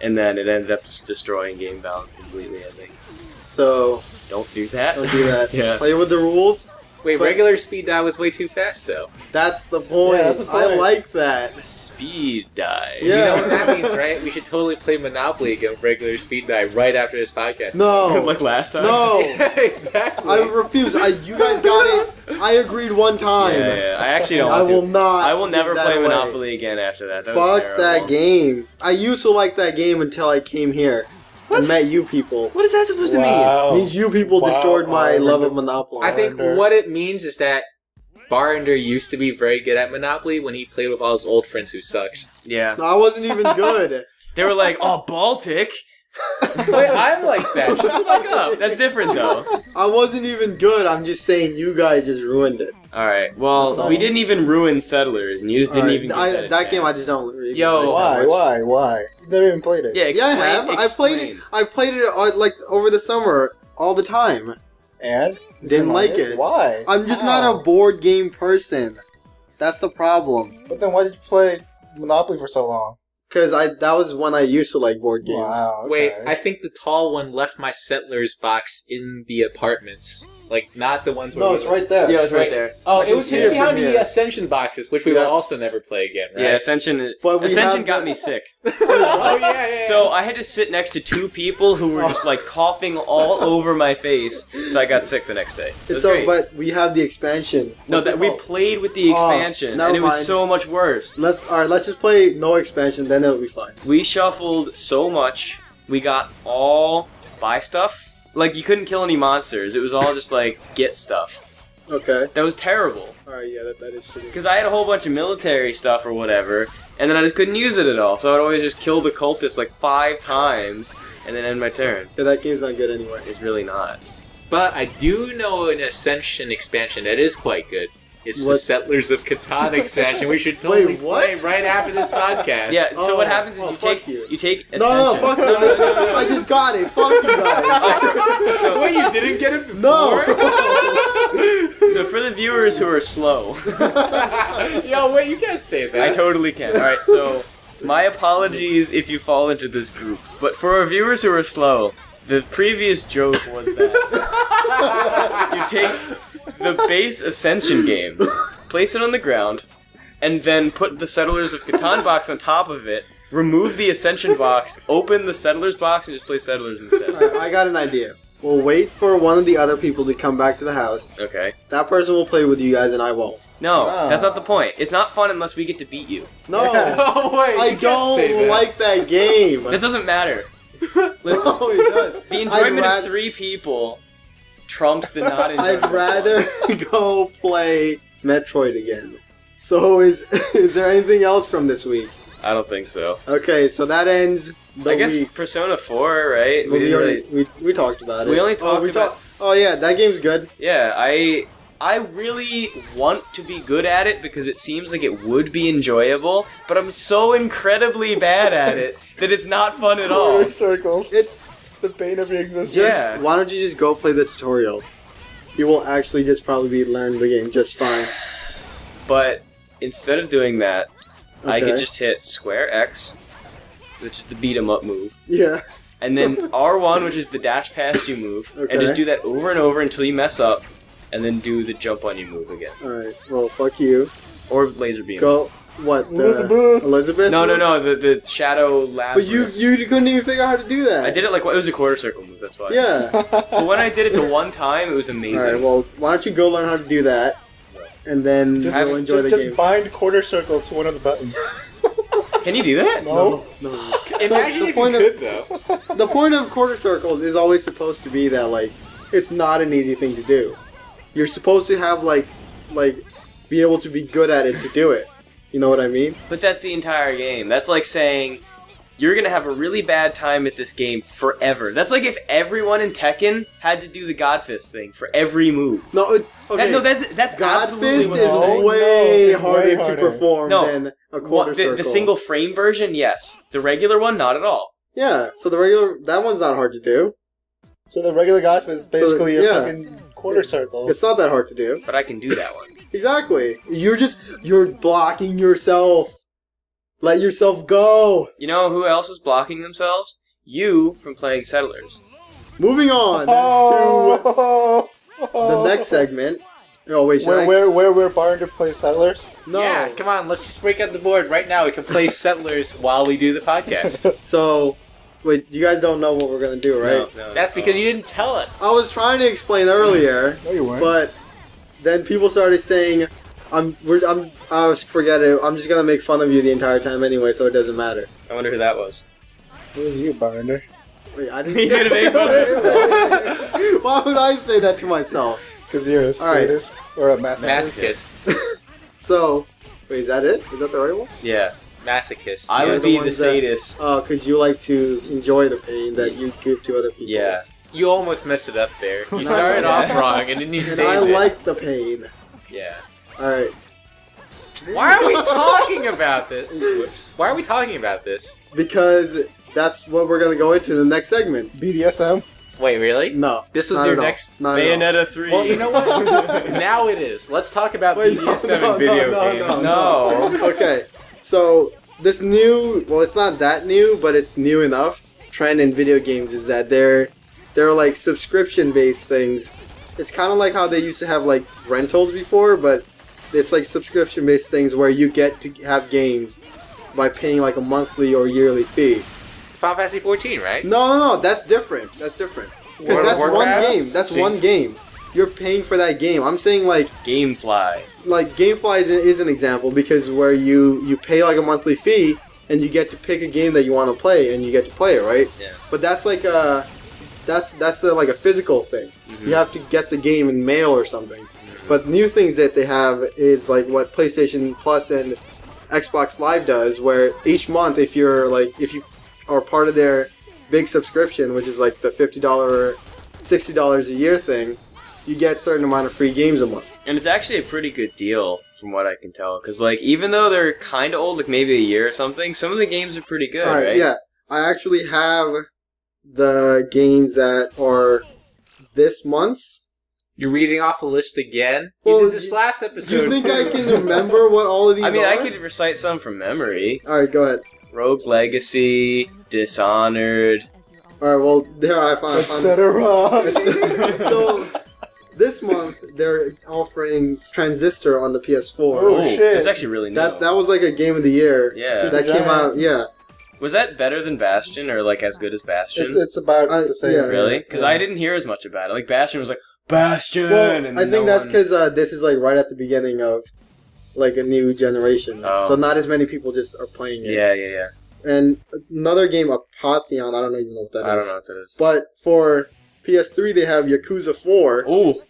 [SPEAKER 4] and then it ended up just destroying game balance completely. I think.
[SPEAKER 3] So
[SPEAKER 4] Don't do that.
[SPEAKER 3] don't do that.
[SPEAKER 4] yeah.
[SPEAKER 3] Play with the rules.
[SPEAKER 2] Wait,
[SPEAKER 3] But-
[SPEAKER 2] regular speed die was way too fast though.
[SPEAKER 3] That's the point.
[SPEAKER 5] Yeah, that's the
[SPEAKER 3] I
[SPEAKER 5] point.
[SPEAKER 3] like that.
[SPEAKER 4] Speed die.
[SPEAKER 2] You know
[SPEAKER 3] Yeah.
[SPEAKER 2] what that means, right? We should totally play Monopoly again, regular speed die, right after this podcast.
[SPEAKER 3] No,
[SPEAKER 4] like last time.
[SPEAKER 3] no.
[SPEAKER 2] Yeah, exactly.
[SPEAKER 3] I refuse. I, you guys got it. I agreed one
[SPEAKER 4] Yeah,
[SPEAKER 3] time.
[SPEAKER 4] yeah. I actually don't
[SPEAKER 3] I
[SPEAKER 4] want to.
[SPEAKER 3] will not.
[SPEAKER 4] I will
[SPEAKER 3] give
[SPEAKER 4] never
[SPEAKER 3] that
[SPEAKER 4] play
[SPEAKER 3] away.
[SPEAKER 4] Monopoly again after that. that was
[SPEAKER 3] Fuck
[SPEAKER 4] terrible.
[SPEAKER 3] that game. I used to like that game until I came here
[SPEAKER 4] What?
[SPEAKER 3] and met you people.
[SPEAKER 4] What is that supposed to mean?
[SPEAKER 5] wow.
[SPEAKER 3] Means you people
[SPEAKER 5] Wow,
[SPEAKER 3] destroyed my
[SPEAKER 5] I
[SPEAKER 3] love of
[SPEAKER 5] remember-
[SPEAKER 3] Monopoly.
[SPEAKER 2] I think
[SPEAKER 5] Barrender.
[SPEAKER 2] what it means is that Barrender used to be very good at Monopoly when he played with all his old friends who sucked.
[SPEAKER 4] Yeah.
[SPEAKER 3] No, I wasn't even good.
[SPEAKER 4] They were like, oh, Baltic?
[SPEAKER 2] Wait, I'm like that. Shut the fuck up.
[SPEAKER 4] That's different, though.
[SPEAKER 3] I wasn't even good. I'm just saying you guys just ruined it.
[SPEAKER 4] All right.
[SPEAKER 3] That's
[SPEAKER 4] Well,
[SPEAKER 5] all.
[SPEAKER 4] we didn't even ruin Settlers, and you just didn't
[SPEAKER 3] Alright,
[SPEAKER 4] even. give
[SPEAKER 3] I,
[SPEAKER 4] that a
[SPEAKER 3] that game I
[SPEAKER 4] chance.
[SPEAKER 3] just don't. Really
[SPEAKER 2] Yo,
[SPEAKER 3] like that much.
[SPEAKER 5] Why? Why? Why? You never even played it.
[SPEAKER 4] Yeah, explain,
[SPEAKER 3] yeah, I have. I played it.
[SPEAKER 4] explain.
[SPEAKER 3] I played it uh, like over the summer all the time.
[SPEAKER 5] And You
[SPEAKER 3] Didn't like it.
[SPEAKER 5] Why?
[SPEAKER 3] I'm just
[SPEAKER 5] How?
[SPEAKER 3] not a board game person. That's the problem.
[SPEAKER 5] But then why did you play Monopoly for so long?
[SPEAKER 3] Cause I that was when I used to like board games.
[SPEAKER 5] Wow. okay.
[SPEAKER 2] Wait, I think the tall one left my settlers box in the apartments. Like, not the ones where
[SPEAKER 3] No,
[SPEAKER 2] we
[SPEAKER 3] it's
[SPEAKER 2] were-
[SPEAKER 3] right there.
[SPEAKER 4] Yeah, it was
[SPEAKER 2] Wait.
[SPEAKER 4] right there.
[SPEAKER 2] Oh,
[SPEAKER 3] I
[SPEAKER 2] it
[SPEAKER 3] can
[SPEAKER 2] was
[SPEAKER 3] see
[SPEAKER 2] hidden
[SPEAKER 3] it from
[SPEAKER 2] behind the
[SPEAKER 3] here.
[SPEAKER 2] Ascension boxes, which we
[SPEAKER 3] Yeah.
[SPEAKER 2] will also never play again, right?
[SPEAKER 4] Yeah, Ascension.
[SPEAKER 3] But we
[SPEAKER 4] Ascension
[SPEAKER 3] have
[SPEAKER 4] got
[SPEAKER 3] the-
[SPEAKER 4] me sick.
[SPEAKER 2] oh, yeah, yeah, yeah.
[SPEAKER 4] So I had to sit next to two people who were just like coughing all over my face. So I got sick the next day. It was
[SPEAKER 3] It's so,
[SPEAKER 4] great.
[SPEAKER 3] but we have the expansion.
[SPEAKER 4] no,
[SPEAKER 3] What's it
[SPEAKER 4] that we
[SPEAKER 3] called?
[SPEAKER 4] played with the
[SPEAKER 3] Oh,
[SPEAKER 4] expansion,
[SPEAKER 3] never
[SPEAKER 4] and it was
[SPEAKER 3] mind.
[SPEAKER 4] so much worse.
[SPEAKER 3] Let's all right. Let's just play no expansion, then it'll be fine.
[SPEAKER 4] We shuffled so much. We got all buy stuff. Like you couldn't kill any monsters. It was all just like get stuff.
[SPEAKER 3] Okay.
[SPEAKER 4] That was terrible
[SPEAKER 3] All right. Yeah, that, that is true.
[SPEAKER 4] because I had a whole bunch of military stuff or whatever, and then I just couldn't use it at all. So I'd always just kill the cultists like five times and then end my turn.
[SPEAKER 3] Yeah, that game's not good anyway.
[SPEAKER 4] It's really not.
[SPEAKER 2] But I do know an Ascension expansion that is quite good. It's the
[SPEAKER 3] What?
[SPEAKER 2] Settlers of Catan expansion. We should totally
[SPEAKER 3] Wait, what?
[SPEAKER 2] play right after this podcast.
[SPEAKER 4] Yeah. So what
[SPEAKER 3] Oh,
[SPEAKER 4] happens is
[SPEAKER 3] oh,
[SPEAKER 4] you
[SPEAKER 3] fuck
[SPEAKER 4] take
[SPEAKER 3] you.
[SPEAKER 4] you take Ascension.
[SPEAKER 3] No, no, fuck you.
[SPEAKER 4] no, no, no, no, no.
[SPEAKER 3] I just got it. Fuck you guys.
[SPEAKER 2] so what you didn't get it before?
[SPEAKER 3] no.
[SPEAKER 4] So for the viewers who are slow,
[SPEAKER 2] Yo, wait, you can't say that.
[SPEAKER 4] I totally can. All right, so my apologies if you fall into this group, but for our viewers who are slow, the previous joke was that you take the base ascension game, place it on the ground, and then put the settlers of Catan box on top of it. Remove the ascension box, open the settlers box, and just play settlers instead.
[SPEAKER 3] I got an idea. We'll wait for one of the other people to come back to the house.
[SPEAKER 4] Okay.
[SPEAKER 3] That person will play with you guys, and I won't.
[SPEAKER 4] No, that's not the point. It's not fun unless we get to beat you.
[SPEAKER 3] No,
[SPEAKER 2] No, wait.
[SPEAKER 3] I
[SPEAKER 2] you can't say
[SPEAKER 3] don't
[SPEAKER 2] that.
[SPEAKER 3] like that game.
[SPEAKER 4] That doesn't matter. Listen,
[SPEAKER 3] No, it does.
[SPEAKER 4] the enjoyment
[SPEAKER 3] I'd
[SPEAKER 4] of
[SPEAKER 3] rather-
[SPEAKER 4] three people trumps the not enjoyment.
[SPEAKER 3] I'd rather go play Metroid again. So is is there anything else from this week?
[SPEAKER 4] I don't think so.
[SPEAKER 3] Okay, so that ends the
[SPEAKER 4] I guess
[SPEAKER 3] week.
[SPEAKER 4] Persona 4, right?
[SPEAKER 3] But
[SPEAKER 4] We
[SPEAKER 3] we,
[SPEAKER 4] didn't
[SPEAKER 3] already,
[SPEAKER 4] really-
[SPEAKER 3] we, we talked about it.
[SPEAKER 4] We only
[SPEAKER 3] oh,
[SPEAKER 4] talked about-
[SPEAKER 3] talk- oh yeah, that game's good.
[SPEAKER 4] yeah, I I really want to be good at it because it seems like it would be enjoyable, but I'm so incredibly bad at it that it's not fun at all.
[SPEAKER 5] Quarter circles.
[SPEAKER 3] It's
[SPEAKER 5] the bane of your
[SPEAKER 3] just
[SPEAKER 5] existence.
[SPEAKER 4] Yeah.
[SPEAKER 3] why don't you just go play the tutorial? You will actually just probably be learn the game just fine.
[SPEAKER 4] But instead of doing that, I could
[SPEAKER 3] Okay.
[SPEAKER 4] just hit square X, which is the beat 'em up move.
[SPEAKER 3] Yeah.
[SPEAKER 4] and then R1, which is the dash past you move, and just
[SPEAKER 3] Okay.
[SPEAKER 4] do that over and over until you mess up, and then do the jump on you move again,
[SPEAKER 3] All right. Well, fuck you.
[SPEAKER 4] or laser beam.
[SPEAKER 3] Go. What? the-
[SPEAKER 5] Elizabeth.
[SPEAKER 3] Elizabeth.
[SPEAKER 4] No, no, no, the the shadow lab.
[SPEAKER 3] But you
[SPEAKER 4] burst.
[SPEAKER 3] you couldn't even figure out how to do that.
[SPEAKER 4] I did it like it was a quarter circle move. That's why.
[SPEAKER 3] Yeah.
[SPEAKER 4] But when I did it the one time, it was
[SPEAKER 3] All
[SPEAKER 4] amazing.
[SPEAKER 3] right. Well, why don't you go learn how to do that, and then
[SPEAKER 5] Just-
[SPEAKER 3] you'll enjoy
[SPEAKER 5] just,
[SPEAKER 3] the
[SPEAKER 5] just
[SPEAKER 3] game.
[SPEAKER 5] bind quarter circle to one of the buttons.
[SPEAKER 4] Can you do that?
[SPEAKER 5] No.
[SPEAKER 3] No.
[SPEAKER 2] Imagine
[SPEAKER 3] the
[SPEAKER 2] if
[SPEAKER 3] point
[SPEAKER 2] you could
[SPEAKER 3] of-
[SPEAKER 2] though.
[SPEAKER 3] the point of quarter circles is always supposed to be that like it's not an easy thing to do. You're supposed to have like like be able to be good at it to do it. You know what I mean?
[SPEAKER 4] But that's the entire game. That's like saying you're gonna have a really bad time at this game forever. That's like if everyone in Tekken had to do the Godfist thing for every move.
[SPEAKER 3] No, it, okay.
[SPEAKER 4] That, no, that's that's absolutely
[SPEAKER 3] Godfist
[SPEAKER 4] what
[SPEAKER 3] is
[SPEAKER 4] I'm saying.
[SPEAKER 5] No,
[SPEAKER 3] way
[SPEAKER 5] it's way
[SPEAKER 3] harder
[SPEAKER 5] harder.
[SPEAKER 3] to perform
[SPEAKER 4] No.
[SPEAKER 3] than a
[SPEAKER 4] What-
[SPEAKER 3] quarter
[SPEAKER 4] the,
[SPEAKER 3] circle.
[SPEAKER 4] the single frame version, yes. The regular one, not at all.
[SPEAKER 3] Yeah, so the regular that one's not hard to do.
[SPEAKER 5] So the regular golf is basically
[SPEAKER 3] yeah.
[SPEAKER 5] a fucking quarter circle.
[SPEAKER 3] It's not that hard to do.
[SPEAKER 4] But I can do that one.
[SPEAKER 3] Exactly. You're just you're blocking yourself. Let yourself go.
[SPEAKER 4] You know who else is blocking themselves? You from playing Settlers.
[SPEAKER 3] Moving on to
[SPEAKER 5] oh,
[SPEAKER 3] the next segment. Oh wait, should I
[SPEAKER 5] Where,
[SPEAKER 3] ex-
[SPEAKER 5] where, where, where Barnder plays Settlers?
[SPEAKER 3] No.
[SPEAKER 2] Yeah, come on, let's just break up the board right now. We can play Settlers while we do the podcast.
[SPEAKER 3] So, wait, you guys don't know what we're gonna do, right?
[SPEAKER 4] No, no,
[SPEAKER 2] That's
[SPEAKER 4] no.
[SPEAKER 2] because you didn't tell us.
[SPEAKER 3] I was trying to explain earlier,
[SPEAKER 5] No, you weren't.
[SPEAKER 3] but then people started saying, "I'm, we're, I'm, I was forget it. I'm just gonna make fun of you the entire time anyway, so it doesn't matter."
[SPEAKER 4] I wonder who that was.
[SPEAKER 5] it was you, Barnder.
[SPEAKER 3] Wait, I didn't.
[SPEAKER 4] He's gonna make fun of
[SPEAKER 3] us. Why would I say that to myself?
[SPEAKER 5] Because you're a
[SPEAKER 3] right.
[SPEAKER 5] sadist or a masochist.
[SPEAKER 2] Masochist.
[SPEAKER 3] So, wait, is that it? Is that the right one?
[SPEAKER 4] Yeah.
[SPEAKER 2] Masochist.
[SPEAKER 4] I
[SPEAKER 3] Yeah,
[SPEAKER 4] would
[SPEAKER 3] the
[SPEAKER 4] be the
[SPEAKER 3] ones that-
[SPEAKER 4] sadist.
[SPEAKER 3] Oh, because you like to enjoy the pain that you give to other people.
[SPEAKER 4] yeah.
[SPEAKER 2] You almost messed it up there. You started off wrong and then you
[SPEAKER 3] And
[SPEAKER 2] saved
[SPEAKER 3] I
[SPEAKER 2] it.
[SPEAKER 3] like the pain.
[SPEAKER 4] Yeah.
[SPEAKER 3] All right.
[SPEAKER 2] Why are we talking about this? Whoops. Why are we talking about this?
[SPEAKER 3] Because that's what we're gonna go into in the next segment.
[SPEAKER 5] BDSM.
[SPEAKER 2] Wait, really?
[SPEAKER 3] No.
[SPEAKER 2] This was
[SPEAKER 3] not
[SPEAKER 2] your
[SPEAKER 3] at all.
[SPEAKER 2] next-
[SPEAKER 3] Not at all.
[SPEAKER 4] Bayonetta 3.
[SPEAKER 2] Well, you know what? now it is. Let's talk about
[SPEAKER 3] Wait, no,
[SPEAKER 2] BDSM
[SPEAKER 3] no,
[SPEAKER 2] and video
[SPEAKER 3] no, no,
[SPEAKER 2] games.
[SPEAKER 4] no.
[SPEAKER 3] okay, so this new, well, it's not that new, but it's new enough trend in video games is that they're they're like subscription-based things. It's kind of like how they used to have like rentals before, but it's like subscription-based things where you get to have games by paying like a monthly or yearly fee.
[SPEAKER 2] Final Fantasy 14, right?
[SPEAKER 3] No, no, no, that's different. That's different.
[SPEAKER 2] World
[SPEAKER 3] Because
[SPEAKER 2] of
[SPEAKER 3] that's one
[SPEAKER 2] Warcraft?
[SPEAKER 3] game. That's one
[SPEAKER 2] Jeez.
[SPEAKER 3] game. You're paying for that game. I'm saying like
[SPEAKER 4] Gamefly.
[SPEAKER 3] like GameFly is, is an example because where you you pay like a monthly fee and you get to pick a game that you want to play and you get to play it, right?
[SPEAKER 4] Yeah.
[SPEAKER 3] But that's like a that's that's a, like a physical thing. You have to get the game in mail or something. But new things that they have is like what PlayStation Plus and Xbox Live does, where each month if you're like if you are part of their big subscription, which is like the fifty dollar, sixty dollars a year thing, you get certain amount of free games a month.
[SPEAKER 4] And it's actually a pretty good deal, from what I can tell. Because, like, even though they're kind of old, like maybe a year or something, some of the games are pretty good,
[SPEAKER 3] All right,
[SPEAKER 4] right?
[SPEAKER 3] Yeah, I actually have the games that are this month's.
[SPEAKER 2] You're reading off a list again?
[SPEAKER 3] Well,
[SPEAKER 2] you did this
[SPEAKER 3] you-
[SPEAKER 2] last
[SPEAKER 3] Do you
[SPEAKER 2] episode.
[SPEAKER 3] think I can remember what all of these?
[SPEAKER 4] I mean, I
[SPEAKER 3] are?
[SPEAKER 4] could recite some from memory.
[SPEAKER 3] All right, go ahead.
[SPEAKER 4] Rogue Legacy, Dishonored.
[SPEAKER 3] All right, well, there I found. found-
[SPEAKER 5] Etc.
[SPEAKER 3] It's- so this month they're offering Transistor on the PS4.
[SPEAKER 5] Oh, shit.
[SPEAKER 4] That's actually really new.
[SPEAKER 3] That that was like a game of the year.
[SPEAKER 4] Yeah.
[SPEAKER 3] So that
[SPEAKER 5] Super
[SPEAKER 3] came
[SPEAKER 5] Giant.
[SPEAKER 3] out. Yeah.
[SPEAKER 4] Was that better than Bastion, or like as good as Bastion?
[SPEAKER 5] it's, it's about
[SPEAKER 3] I-
[SPEAKER 5] the same.
[SPEAKER 3] yeah.
[SPEAKER 4] really? Because
[SPEAKER 5] Yeah.
[SPEAKER 4] I didn't hear as much about it. Like Bastion was like Bastion.
[SPEAKER 3] Well,
[SPEAKER 4] and
[SPEAKER 3] I think
[SPEAKER 4] no
[SPEAKER 3] that's
[SPEAKER 4] one-
[SPEAKER 3] because uh, this is like right at the beginning of like a new generation.
[SPEAKER 4] Oh.
[SPEAKER 3] So not as many people just are playing it.
[SPEAKER 4] Yeah, yeah, yeah.
[SPEAKER 3] And another game, Apotheon. I don't even know what that is.
[SPEAKER 4] I don't know what that is.
[SPEAKER 3] But for PS3, they have Yakuza 4.
[SPEAKER 4] Oh,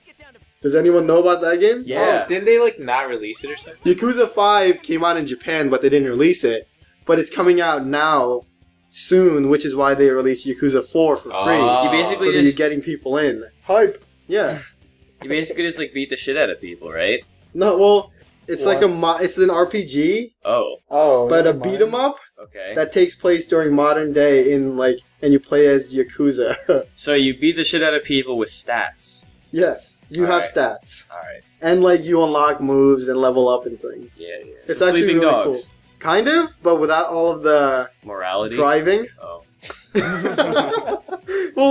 [SPEAKER 3] Does anyone know about that game?
[SPEAKER 4] yeah.
[SPEAKER 2] Oh, didn't they, like, not release it or something?
[SPEAKER 3] Yakuza 5 came out in Japan, but they didn't release it. But it's coming out now, soon, which is why they released Yakuza 4 for free.
[SPEAKER 2] Oh.
[SPEAKER 4] You basically
[SPEAKER 3] so that you're
[SPEAKER 4] just
[SPEAKER 3] getting people in.
[SPEAKER 5] Hype.
[SPEAKER 3] Yeah.
[SPEAKER 4] you basically just like beat the shit out of people, right?
[SPEAKER 3] No, well, it's like a
[SPEAKER 5] What?
[SPEAKER 3] mo- it's an RPG,
[SPEAKER 4] Oh,
[SPEAKER 5] Oh,
[SPEAKER 3] but a
[SPEAKER 5] never mind.
[SPEAKER 3] beat 'em up
[SPEAKER 4] okay.
[SPEAKER 3] that takes place during modern day in like, and you play as Yakuza.
[SPEAKER 4] So you beat the shit out of people with stats.
[SPEAKER 3] yes, you
[SPEAKER 4] All
[SPEAKER 3] have
[SPEAKER 4] right.
[SPEAKER 3] stats,
[SPEAKER 4] All right.
[SPEAKER 3] and like you unlock moves and level up and things.
[SPEAKER 4] Yeah, yeah.
[SPEAKER 3] It's
[SPEAKER 4] So
[SPEAKER 3] actually
[SPEAKER 4] sleeping
[SPEAKER 3] really
[SPEAKER 4] dogs.
[SPEAKER 3] Kind of, but without all of the
[SPEAKER 4] Morality.
[SPEAKER 3] driving.
[SPEAKER 4] Oh.
[SPEAKER 3] well,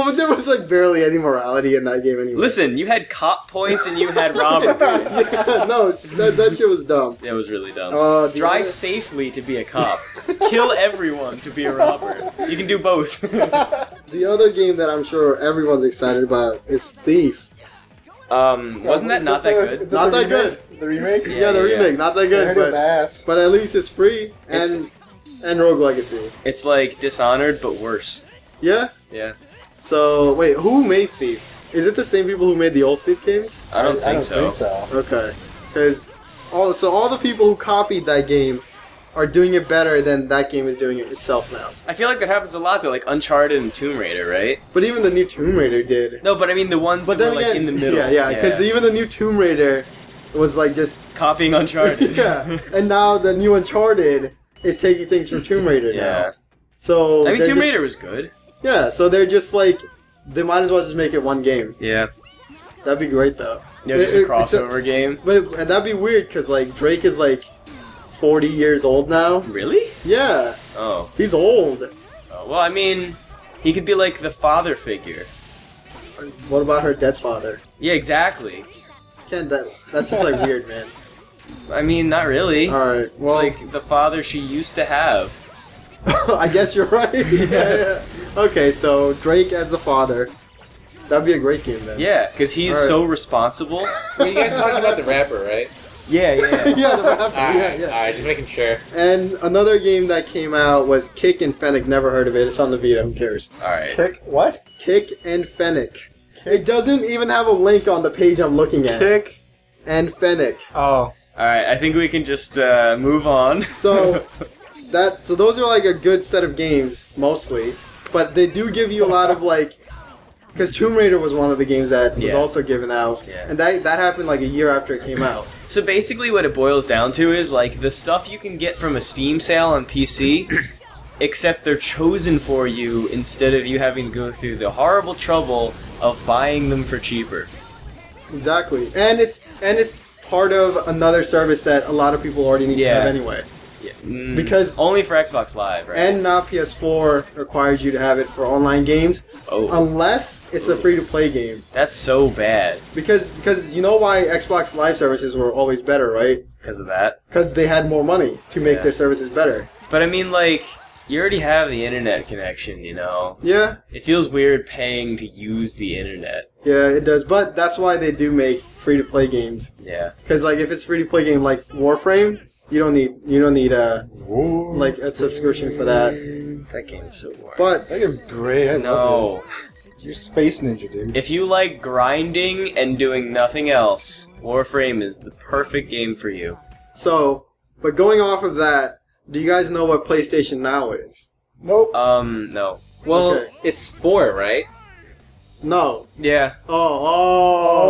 [SPEAKER 3] but there was like barely any morality in that game anyway.
[SPEAKER 4] Listen, you had cop points and you had robber points.
[SPEAKER 3] Yeah, no, that, that shit was dumb.
[SPEAKER 4] That was really dumb.
[SPEAKER 3] Uh, the
[SPEAKER 4] Drive
[SPEAKER 3] other-
[SPEAKER 4] safely to be a cop. Kill everyone to be a robber. You can do both.
[SPEAKER 3] the other game that I'm sure everyone's excited about is Thief.
[SPEAKER 4] um,
[SPEAKER 5] Yeah,
[SPEAKER 4] wasn't that
[SPEAKER 5] is
[SPEAKER 4] not that
[SPEAKER 5] the-
[SPEAKER 4] good?
[SPEAKER 5] is
[SPEAKER 3] Not
[SPEAKER 5] the
[SPEAKER 3] that
[SPEAKER 5] remake? The remake?
[SPEAKER 3] Yeah,
[SPEAKER 4] Yeah,
[SPEAKER 3] the
[SPEAKER 4] yeah,
[SPEAKER 3] remake, not that
[SPEAKER 5] It
[SPEAKER 3] good,
[SPEAKER 5] hurt his
[SPEAKER 3] but
[SPEAKER 5] ass.
[SPEAKER 3] but at least it's free
[SPEAKER 4] It's-
[SPEAKER 3] and and Rogue Legacy.
[SPEAKER 4] It's like Dishonored, but worse.
[SPEAKER 3] Yeah.
[SPEAKER 4] Yeah.
[SPEAKER 3] So wait, who made Thief? Is it the same people who made the old Thief games?
[SPEAKER 4] I don't think
[SPEAKER 5] I don't
[SPEAKER 4] so.
[SPEAKER 5] think so.
[SPEAKER 3] Okay, because all so all the people who copied that game are doing it better than that game is doing it itself now.
[SPEAKER 4] I feel like that happens a lot though, like Uncharted and Tomb Raider, right?
[SPEAKER 3] But even the new Tomb Raider did.
[SPEAKER 4] No, but I mean the ones
[SPEAKER 3] But
[SPEAKER 4] that
[SPEAKER 3] then
[SPEAKER 4] were
[SPEAKER 3] again,
[SPEAKER 4] like in the middle.
[SPEAKER 3] yeah, yeah, because even the new Tomb Raider was like just
[SPEAKER 4] copying Uncharted.
[SPEAKER 3] yeah, and now the new Uncharted is taking things from Tomb Raider
[SPEAKER 4] yeah.
[SPEAKER 3] now. So
[SPEAKER 4] I mean
[SPEAKER 3] they're
[SPEAKER 4] Tomb
[SPEAKER 3] just-
[SPEAKER 4] Raider was good.
[SPEAKER 3] Yeah, so they're just like they might as well just make it one game.
[SPEAKER 4] Yeah.
[SPEAKER 3] That'd be great though.
[SPEAKER 4] Yeah, just
[SPEAKER 3] It-
[SPEAKER 4] a
[SPEAKER 3] it- it's a-
[SPEAKER 4] crossover game.
[SPEAKER 3] But it, and that'd be weird because like Drake is like forty years old now.
[SPEAKER 4] Really?
[SPEAKER 3] Yeah,
[SPEAKER 4] Oh.
[SPEAKER 3] he's old.
[SPEAKER 4] Oh, Well, I mean, he could be like the father figure.
[SPEAKER 3] What about her dead father?
[SPEAKER 4] Yeah, exactly.
[SPEAKER 3] Ken, that that's just like weird, man.
[SPEAKER 4] I mean, not really.
[SPEAKER 3] All right, well,
[SPEAKER 4] it's like the father she used to have.
[SPEAKER 3] I guess you're right. yeah, yeah. Okay, so Drake as the father. That'd be a great game then.
[SPEAKER 4] Yeah, because he's
[SPEAKER 3] Alright.
[SPEAKER 4] so responsible.
[SPEAKER 2] I mean, you guys talking about the rapper, right?
[SPEAKER 4] yeah, yeah.
[SPEAKER 3] yeah, the rapper,
[SPEAKER 2] All right,
[SPEAKER 3] yeah, yeah.
[SPEAKER 2] all right, just making sure.
[SPEAKER 3] And another game that came out was Kick and Fennec. Never heard of it. It's on the Vita. Who cares?
[SPEAKER 4] All right.
[SPEAKER 5] Kick what?
[SPEAKER 3] Kick and Fennec. It doesn't even have a link on the page I'm looking at.
[SPEAKER 5] Kick.
[SPEAKER 3] and Fennec.
[SPEAKER 5] Oh,
[SPEAKER 4] All right. I think we can just uh, move on.
[SPEAKER 3] So that so those are like a good set of games mostly, but they do give you a lot of like because Tomb Raider was one of the games that was
[SPEAKER 4] Yeah.
[SPEAKER 3] also given out,
[SPEAKER 4] Yeah.
[SPEAKER 3] and that that happened like a year after it came out.
[SPEAKER 4] So basically, what it boils down to is like the stuff you can get from a Steam sale on PC, except they're chosen for you instead of you having to go through the horrible trouble of buying them for cheaper.
[SPEAKER 3] Exactly, and it's and it's part of another service that a lot of people already need
[SPEAKER 4] Yeah.
[SPEAKER 3] to have anyway,
[SPEAKER 4] Yeah. Mm,
[SPEAKER 3] Because-
[SPEAKER 4] only for Xbox Live, right?
[SPEAKER 3] and now PS4 requires you to have it for online games
[SPEAKER 4] oh,
[SPEAKER 3] unless it's a
[SPEAKER 4] Ooh.
[SPEAKER 3] free to play game
[SPEAKER 4] that's so bad
[SPEAKER 3] because because you know why Xbox Live services were always better, right?
[SPEAKER 4] because of that.
[SPEAKER 3] Because they had more money to make
[SPEAKER 4] Yeah.
[SPEAKER 3] their services better.
[SPEAKER 4] But I mean, like, you already have the internet connection, you know?
[SPEAKER 3] Yeah,
[SPEAKER 4] It feels weird paying to use the internet.
[SPEAKER 3] Yeah, it does. But that's why they do make free to play games.
[SPEAKER 4] Yeah.
[SPEAKER 3] Cause like if it's free to play game like Warframe, you don't need you don't need a like a subscription for that.
[SPEAKER 4] That game is so boring.
[SPEAKER 3] But
[SPEAKER 5] that game's great. I love
[SPEAKER 4] no.
[SPEAKER 5] it. You're space ninja, dude.
[SPEAKER 4] If you like grinding and doing nothing else, Warframe is the perfect game for you.
[SPEAKER 3] so but going off of that, do you guys know what PlayStation Now is?
[SPEAKER 5] Nope.
[SPEAKER 4] Um, no.
[SPEAKER 2] Well,
[SPEAKER 3] Okay.
[SPEAKER 2] it's four, right?
[SPEAKER 3] No.
[SPEAKER 4] Yeah.
[SPEAKER 3] Oh,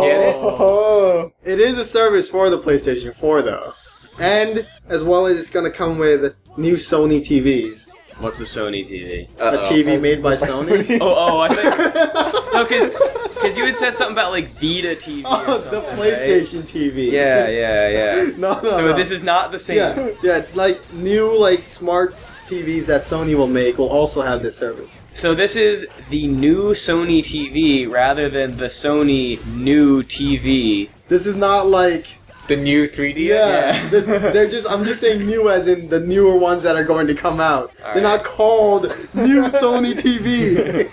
[SPEAKER 3] oh.
[SPEAKER 2] Get it?
[SPEAKER 5] Oh,
[SPEAKER 3] It is a service for the PlayStation 4 though. And as well as it's gonna come with new Sony TVs.
[SPEAKER 4] What's a Sony TV?
[SPEAKER 2] Uh-oh.
[SPEAKER 3] A TV made by Sony.
[SPEAKER 4] Oh, oh, I think. No,
[SPEAKER 3] okay.
[SPEAKER 4] because you had said something about, like, Vita TV. or
[SPEAKER 3] Oh, the
[SPEAKER 4] something, right?
[SPEAKER 3] PlayStation TV.
[SPEAKER 4] Yeah, yeah, yeah.
[SPEAKER 3] no, no.
[SPEAKER 4] So
[SPEAKER 3] no.
[SPEAKER 4] this is not the same.
[SPEAKER 3] yeah, yeah, like new like smart TVs that Sony will make will also have this service.
[SPEAKER 4] So this is the new Sony TV rather than the Sony new TV.
[SPEAKER 3] This is not like
[SPEAKER 2] The new 3DS.
[SPEAKER 3] yeah,
[SPEAKER 4] Yeah.
[SPEAKER 3] this, they're just I'm just saying new as in the newer ones that are going to come out.
[SPEAKER 4] All
[SPEAKER 3] they're
[SPEAKER 4] right.
[SPEAKER 3] not called new Sony TV.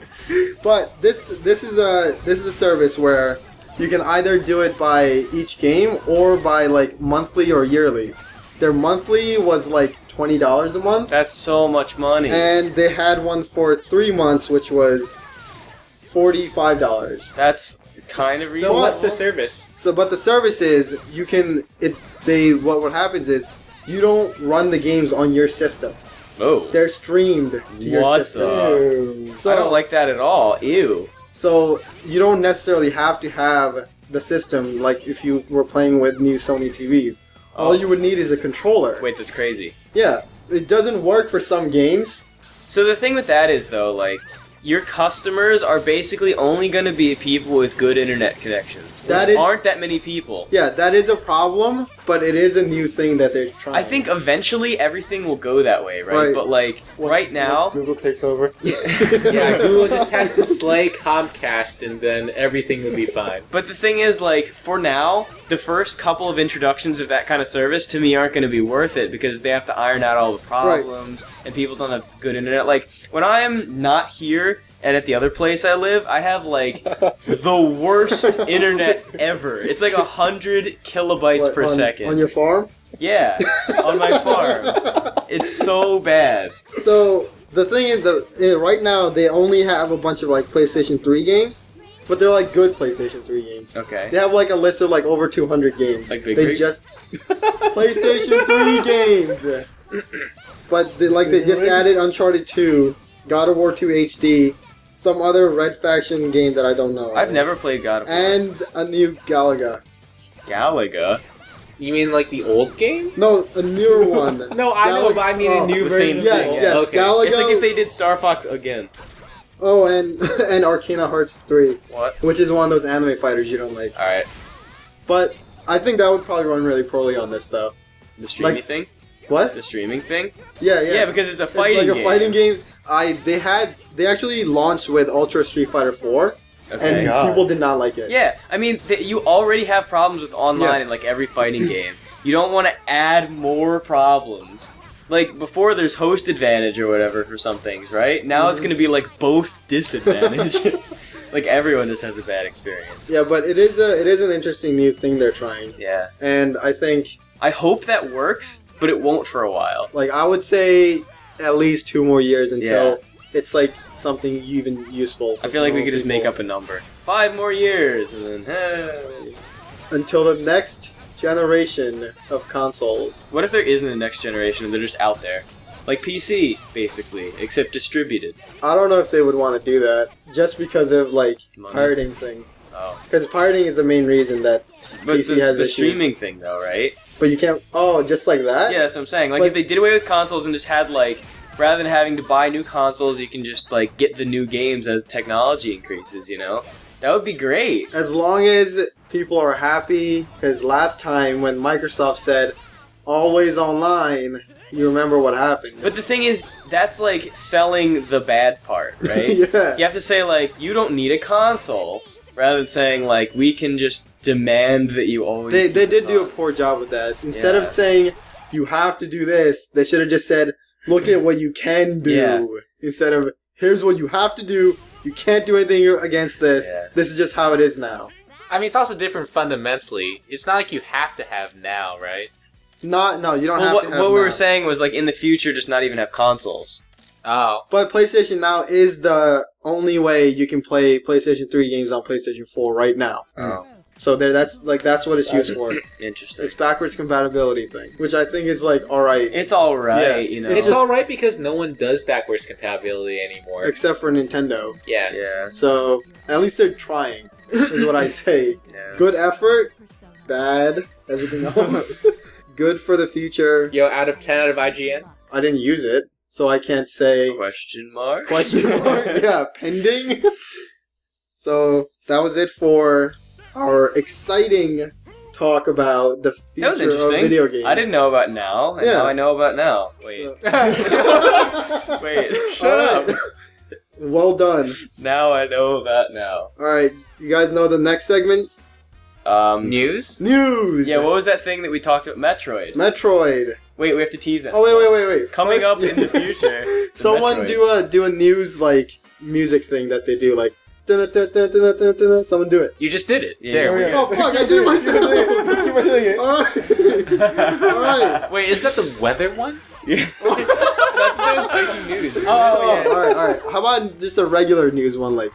[SPEAKER 3] but this this is a this is a service where you can either do it by each game or by like monthly or yearly. Their monthly was like twenty dollars a month.
[SPEAKER 4] That's so much money.
[SPEAKER 3] and they had one for three months, which was forty-five dollars.
[SPEAKER 4] That's kind of
[SPEAKER 2] So
[SPEAKER 4] reasonable.
[SPEAKER 2] what's the service?
[SPEAKER 3] So, but the service is you can it they what what happens is you don't run the games on your system;
[SPEAKER 4] oh,
[SPEAKER 3] they're streamed to your
[SPEAKER 4] What
[SPEAKER 3] system.
[SPEAKER 5] Ew.
[SPEAKER 3] So,
[SPEAKER 4] I don't like that at all. Ew.
[SPEAKER 3] so you don't necessarily have to have the system like if you were playing with new Sony TVs. All
[SPEAKER 4] Oh.
[SPEAKER 3] you would need is a controller.
[SPEAKER 4] Wait, that's crazy.
[SPEAKER 3] Yeah, it doesn't work for some games.
[SPEAKER 4] So the thing with that is though, like your customers are basically only going to be people with good internet connections. Which
[SPEAKER 3] That is-
[SPEAKER 4] aren't that many people.
[SPEAKER 3] Yeah, that is a problem, but it is a new thing that they're trying.
[SPEAKER 4] I think eventually everything will go that way, right?
[SPEAKER 3] Right.
[SPEAKER 4] But like
[SPEAKER 5] Once-
[SPEAKER 4] right now,
[SPEAKER 5] once Google takes over.
[SPEAKER 2] Yeah, Google just has to slay Comcast, and then everything will be fine.
[SPEAKER 4] But the thing is, like, for now, the first couple of introductions of that kind of service to me aren't going to be worth it because they have to iron out all the problems and people don't have good internet. Like, when I am not here and at the other place I live, I have, like, the worst internet ever. It's like a 100 kilobytes
[SPEAKER 3] What,
[SPEAKER 4] per
[SPEAKER 3] on-
[SPEAKER 4] second.
[SPEAKER 3] on your farm.
[SPEAKER 4] Yeah, on my farm. It's so bad.
[SPEAKER 3] So the thing is, the uh, right now they only have a bunch of like PlayStation 3 games, but they're like good PlayStation 3 games. They
[SPEAKER 4] Okay.
[SPEAKER 3] have like a list of like over 200 games.
[SPEAKER 4] Like Big
[SPEAKER 3] they
[SPEAKER 4] Rigs?
[SPEAKER 3] just PlayStation 3 games. But they, like they
[SPEAKER 5] Big
[SPEAKER 3] just
[SPEAKER 5] Rigs?
[SPEAKER 3] added Uncharted 2, God of War 2 HD, some other Red Faction game that I don't know.
[SPEAKER 4] I've never played God of War.
[SPEAKER 3] And a new Galaga.
[SPEAKER 4] Galaga.
[SPEAKER 2] You mean like the old game?
[SPEAKER 3] No, a newer one.
[SPEAKER 2] No, I know,
[SPEAKER 3] Galaga-
[SPEAKER 2] but I mean
[SPEAKER 3] oh,
[SPEAKER 2] a new
[SPEAKER 4] the same
[SPEAKER 2] version.
[SPEAKER 4] thing,
[SPEAKER 2] of
[SPEAKER 3] Yes,
[SPEAKER 2] the game.
[SPEAKER 3] yes,
[SPEAKER 2] Okay.
[SPEAKER 3] Galaga.
[SPEAKER 4] It's like if they did Star Fox again.
[SPEAKER 3] Oh, and and Arcana Hearts 3,
[SPEAKER 4] What?
[SPEAKER 3] which is one of those anime fighters you don't like.
[SPEAKER 2] All right.
[SPEAKER 3] But I think that would probably run really poorly on this though.
[SPEAKER 4] The streaming
[SPEAKER 3] Like-
[SPEAKER 4] thing?
[SPEAKER 3] What?
[SPEAKER 4] The streaming thing?
[SPEAKER 3] Yeah, yeah.
[SPEAKER 4] Yeah, because it's a
[SPEAKER 3] It's like
[SPEAKER 4] fighting
[SPEAKER 3] a
[SPEAKER 4] game.
[SPEAKER 3] fighting game. I they had they actually launched with Ultra Street Fighter 4
[SPEAKER 4] Okay.
[SPEAKER 3] and
[SPEAKER 5] God.
[SPEAKER 3] people did not like it.
[SPEAKER 4] Yeah, I mean, th- you already have problems with online
[SPEAKER 3] Yeah.
[SPEAKER 4] in like every fighting game. You don't want to add more problems. Like before, there's host advantage or whatever for some things, right? Now
[SPEAKER 3] Mm-hmm.
[SPEAKER 4] it's going to be like both disadvantage. like everyone just has a bad experience.
[SPEAKER 3] Yeah, but it is a it is an interesting new thing they're trying.
[SPEAKER 4] Yeah,
[SPEAKER 3] And I think
[SPEAKER 4] I hope that works, but it won't for a while.
[SPEAKER 3] like I would say at least two more years until it's like something even useful.
[SPEAKER 4] I feel like we
[SPEAKER 3] for
[SPEAKER 4] could just make
[SPEAKER 3] people.
[SPEAKER 4] up a number. Five more years, and then. eh.
[SPEAKER 3] until the next generation of consoles.
[SPEAKER 4] What if there isn't a next generation and they're just out there? Like PC, basically, except distributed.
[SPEAKER 3] I don't know if they would want to do that just because of like
[SPEAKER 4] Money.
[SPEAKER 3] pirating things.
[SPEAKER 4] Oh.
[SPEAKER 3] Because pirating is the main reason that,
[SPEAKER 4] But
[SPEAKER 3] PC
[SPEAKER 4] the,
[SPEAKER 3] has
[SPEAKER 4] the
[SPEAKER 3] issues.
[SPEAKER 4] streaming thing, though, right?
[SPEAKER 3] but you can't. Oh, just like that.
[SPEAKER 4] Yeah, that's what I'm saying. Like,
[SPEAKER 3] But-
[SPEAKER 4] if they did away with consoles and just had like, rather than having to buy new consoles, you can just like get the new games as technology increases. You know, that would be great.
[SPEAKER 3] As long as people are happy, because last time when Microsoft said always online, you remember what happened.
[SPEAKER 4] But the thing is, that's like selling the bad part, right?
[SPEAKER 3] yeah.
[SPEAKER 4] You have to say like, you don't need a console, rather than saying like, we can just demand that you always.
[SPEAKER 3] They,
[SPEAKER 4] keep
[SPEAKER 3] they
[SPEAKER 4] a
[SPEAKER 3] did do a
[SPEAKER 4] console.
[SPEAKER 3] poor job with that. Instead
[SPEAKER 4] Yeah.
[SPEAKER 3] of saying you have to do this, they should have just said look at what you can do
[SPEAKER 4] Yeah.
[SPEAKER 3] instead of here's what you have to do. You can't do anything against this.
[SPEAKER 4] Yeah.
[SPEAKER 3] This is just how it is now.
[SPEAKER 2] I mean, it's also different fundamentally. It's not like you have to have now, right?
[SPEAKER 3] Not no, you don't
[SPEAKER 4] Well,
[SPEAKER 3] have
[SPEAKER 4] what
[SPEAKER 3] to. Have
[SPEAKER 4] what we
[SPEAKER 3] now.
[SPEAKER 4] were saying was like, in the future, just not even have consoles.
[SPEAKER 2] Oh,
[SPEAKER 3] But PlayStation Now is the only way you can play PlayStation 3 games on PlayStation 4 right now.
[SPEAKER 4] Oh,
[SPEAKER 3] So there, that's like that's what it's used
[SPEAKER 5] That's-
[SPEAKER 3] for.
[SPEAKER 4] interesting.
[SPEAKER 3] It's backwards compatibility thing, which I think is like all right,
[SPEAKER 4] It's all right,
[SPEAKER 3] Yeah.
[SPEAKER 4] you know.
[SPEAKER 3] It's
[SPEAKER 2] it's
[SPEAKER 3] just-
[SPEAKER 2] all right because no one does backwards compatibility anymore.
[SPEAKER 3] except for Nintendo.
[SPEAKER 2] yeah.
[SPEAKER 4] yeah,
[SPEAKER 3] So at least they're trying, is what I say.
[SPEAKER 4] yeah.
[SPEAKER 3] Good effort, bad everything else. Good for the future.
[SPEAKER 2] Yo, out of ten out of IGN.
[SPEAKER 3] I didn't use it, so I can't say
[SPEAKER 4] Question mark.
[SPEAKER 3] question mark. yeah, pending. So that was it for our exciting talk about the future
[SPEAKER 4] That was interesting.
[SPEAKER 3] of video games.
[SPEAKER 4] I didn't know about now. And
[SPEAKER 3] Yeah.
[SPEAKER 4] Now I know about now. Wait.
[SPEAKER 3] So- Um,
[SPEAKER 4] Wait.
[SPEAKER 2] Shut up.
[SPEAKER 3] Alright. Well done.
[SPEAKER 4] Now I know about now.
[SPEAKER 3] All right, you guys know the next segment?
[SPEAKER 4] Um.
[SPEAKER 2] News.
[SPEAKER 3] News.
[SPEAKER 4] Yeah. What was that thing that we talked about? Metroid.
[SPEAKER 3] Metroid.
[SPEAKER 4] Wait. We have to tease that.
[SPEAKER 3] Oh wait, wait, wait, wait.
[SPEAKER 4] Coming
[SPEAKER 3] First-
[SPEAKER 4] up in the future. the
[SPEAKER 3] Someone
[SPEAKER 4] Metroid.
[SPEAKER 3] do a do a news like music thing that they do like. dun-dun-dun-dun-dun-dun-dun. Someone do it.
[SPEAKER 2] You just did it.
[SPEAKER 4] Yeah,
[SPEAKER 2] there.
[SPEAKER 4] you
[SPEAKER 2] we
[SPEAKER 5] just
[SPEAKER 2] go.
[SPEAKER 3] Oh fuck! I did it
[SPEAKER 5] Keep on
[SPEAKER 3] myself.
[SPEAKER 5] doing it.
[SPEAKER 3] All right. All right.
[SPEAKER 2] Wait, isn't that the weather one?
[SPEAKER 4] that, that was breaking news. isn't it?
[SPEAKER 2] Oh,
[SPEAKER 3] all right, all right. How about just a regular news one, like,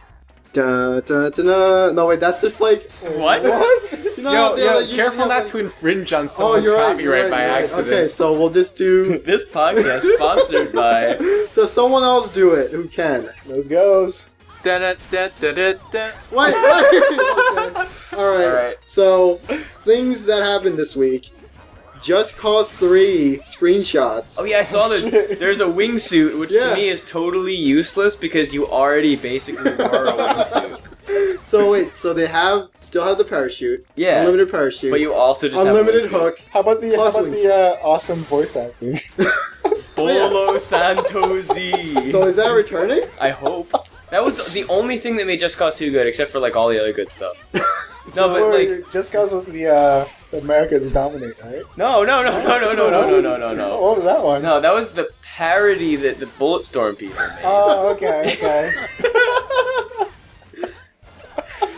[SPEAKER 3] da da da da? No, wait, that's just like,
[SPEAKER 4] What?
[SPEAKER 3] you know, how
[SPEAKER 2] Yo,
[SPEAKER 3] they-
[SPEAKER 2] yo,
[SPEAKER 3] you
[SPEAKER 2] careful
[SPEAKER 3] have,
[SPEAKER 2] not
[SPEAKER 3] like-
[SPEAKER 2] to infringe on
[SPEAKER 3] Oh,
[SPEAKER 2] someone's
[SPEAKER 3] you're right. You're
[SPEAKER 2] copyright
[SPEAKER 3] right,
[SPEAKER 2] by
[SPEAKER 3] you're right.
[SPEAKER 2] accident.
[SPEAKER 3] Okay, so we'll just do.
[SPEAKER 4] This podcast sponsored by.
[SPEAKER 3] So someone else do it who can.
[SPEAKER 5] Those goes.
[SPEAKER 2] Da-da-da-da-da-da.
[SPEAKER 3] Wait, wait. okay. All right.
[SPEAKER 4] All right.
[SPEAKER 3] So things that happened this week. Just Cause Three screenshots.
[SPEAKER 4] Oh yeah, I saw this.
[SPEAKER 5] Shit.
[SPEAKER 4] There's a wingsuit, which
[SPEAKER 3] Yeah.
[SPEAKER 4] to me is totally useless because you already basically wore a wingsuit.
[SPEAKER 3] So wait, so they have still have the parachute,
[SPEAKER 4] Yeah.
[SPEAKER 3] unlimited parachute,
[SPEAKER 4] But you also just
[SPEAKER 3] unlimited
[SPEAKER 4] have a wingsuit.
[SPEAKER 3] hook.
[SPEAKER 5] How about the
[SPEAKER 3] Plus
[SPEAKER 5] how about
[SPEAKER 3] wings.
[SPEAKER 5] the uh, awesome voice acting?
[SPEAKER 4] Bolo Santosi.
[SPEAKER 3] So is that returning?
[SPEAKER 4] I hope. That was the only thing that made Just Cause 2 good, except for like all the other good stuff. No, but like,
[SPEAKER 5] just cause was the uh, America's dominate, right?
[SPEAKER 4] no, no, no, no, no, no, no, no, no, no,
[SPEAKER 5] Oh,
[SPEAKER 4] no.
[SPEAKER 5] What was that one?
[SPEAKER 4] No, that was the parody that the Bulletstorm people
[SPEAKER 3] Uh.
[SPEAKER 4] made.
[SPEAKER 5] Oh, okay,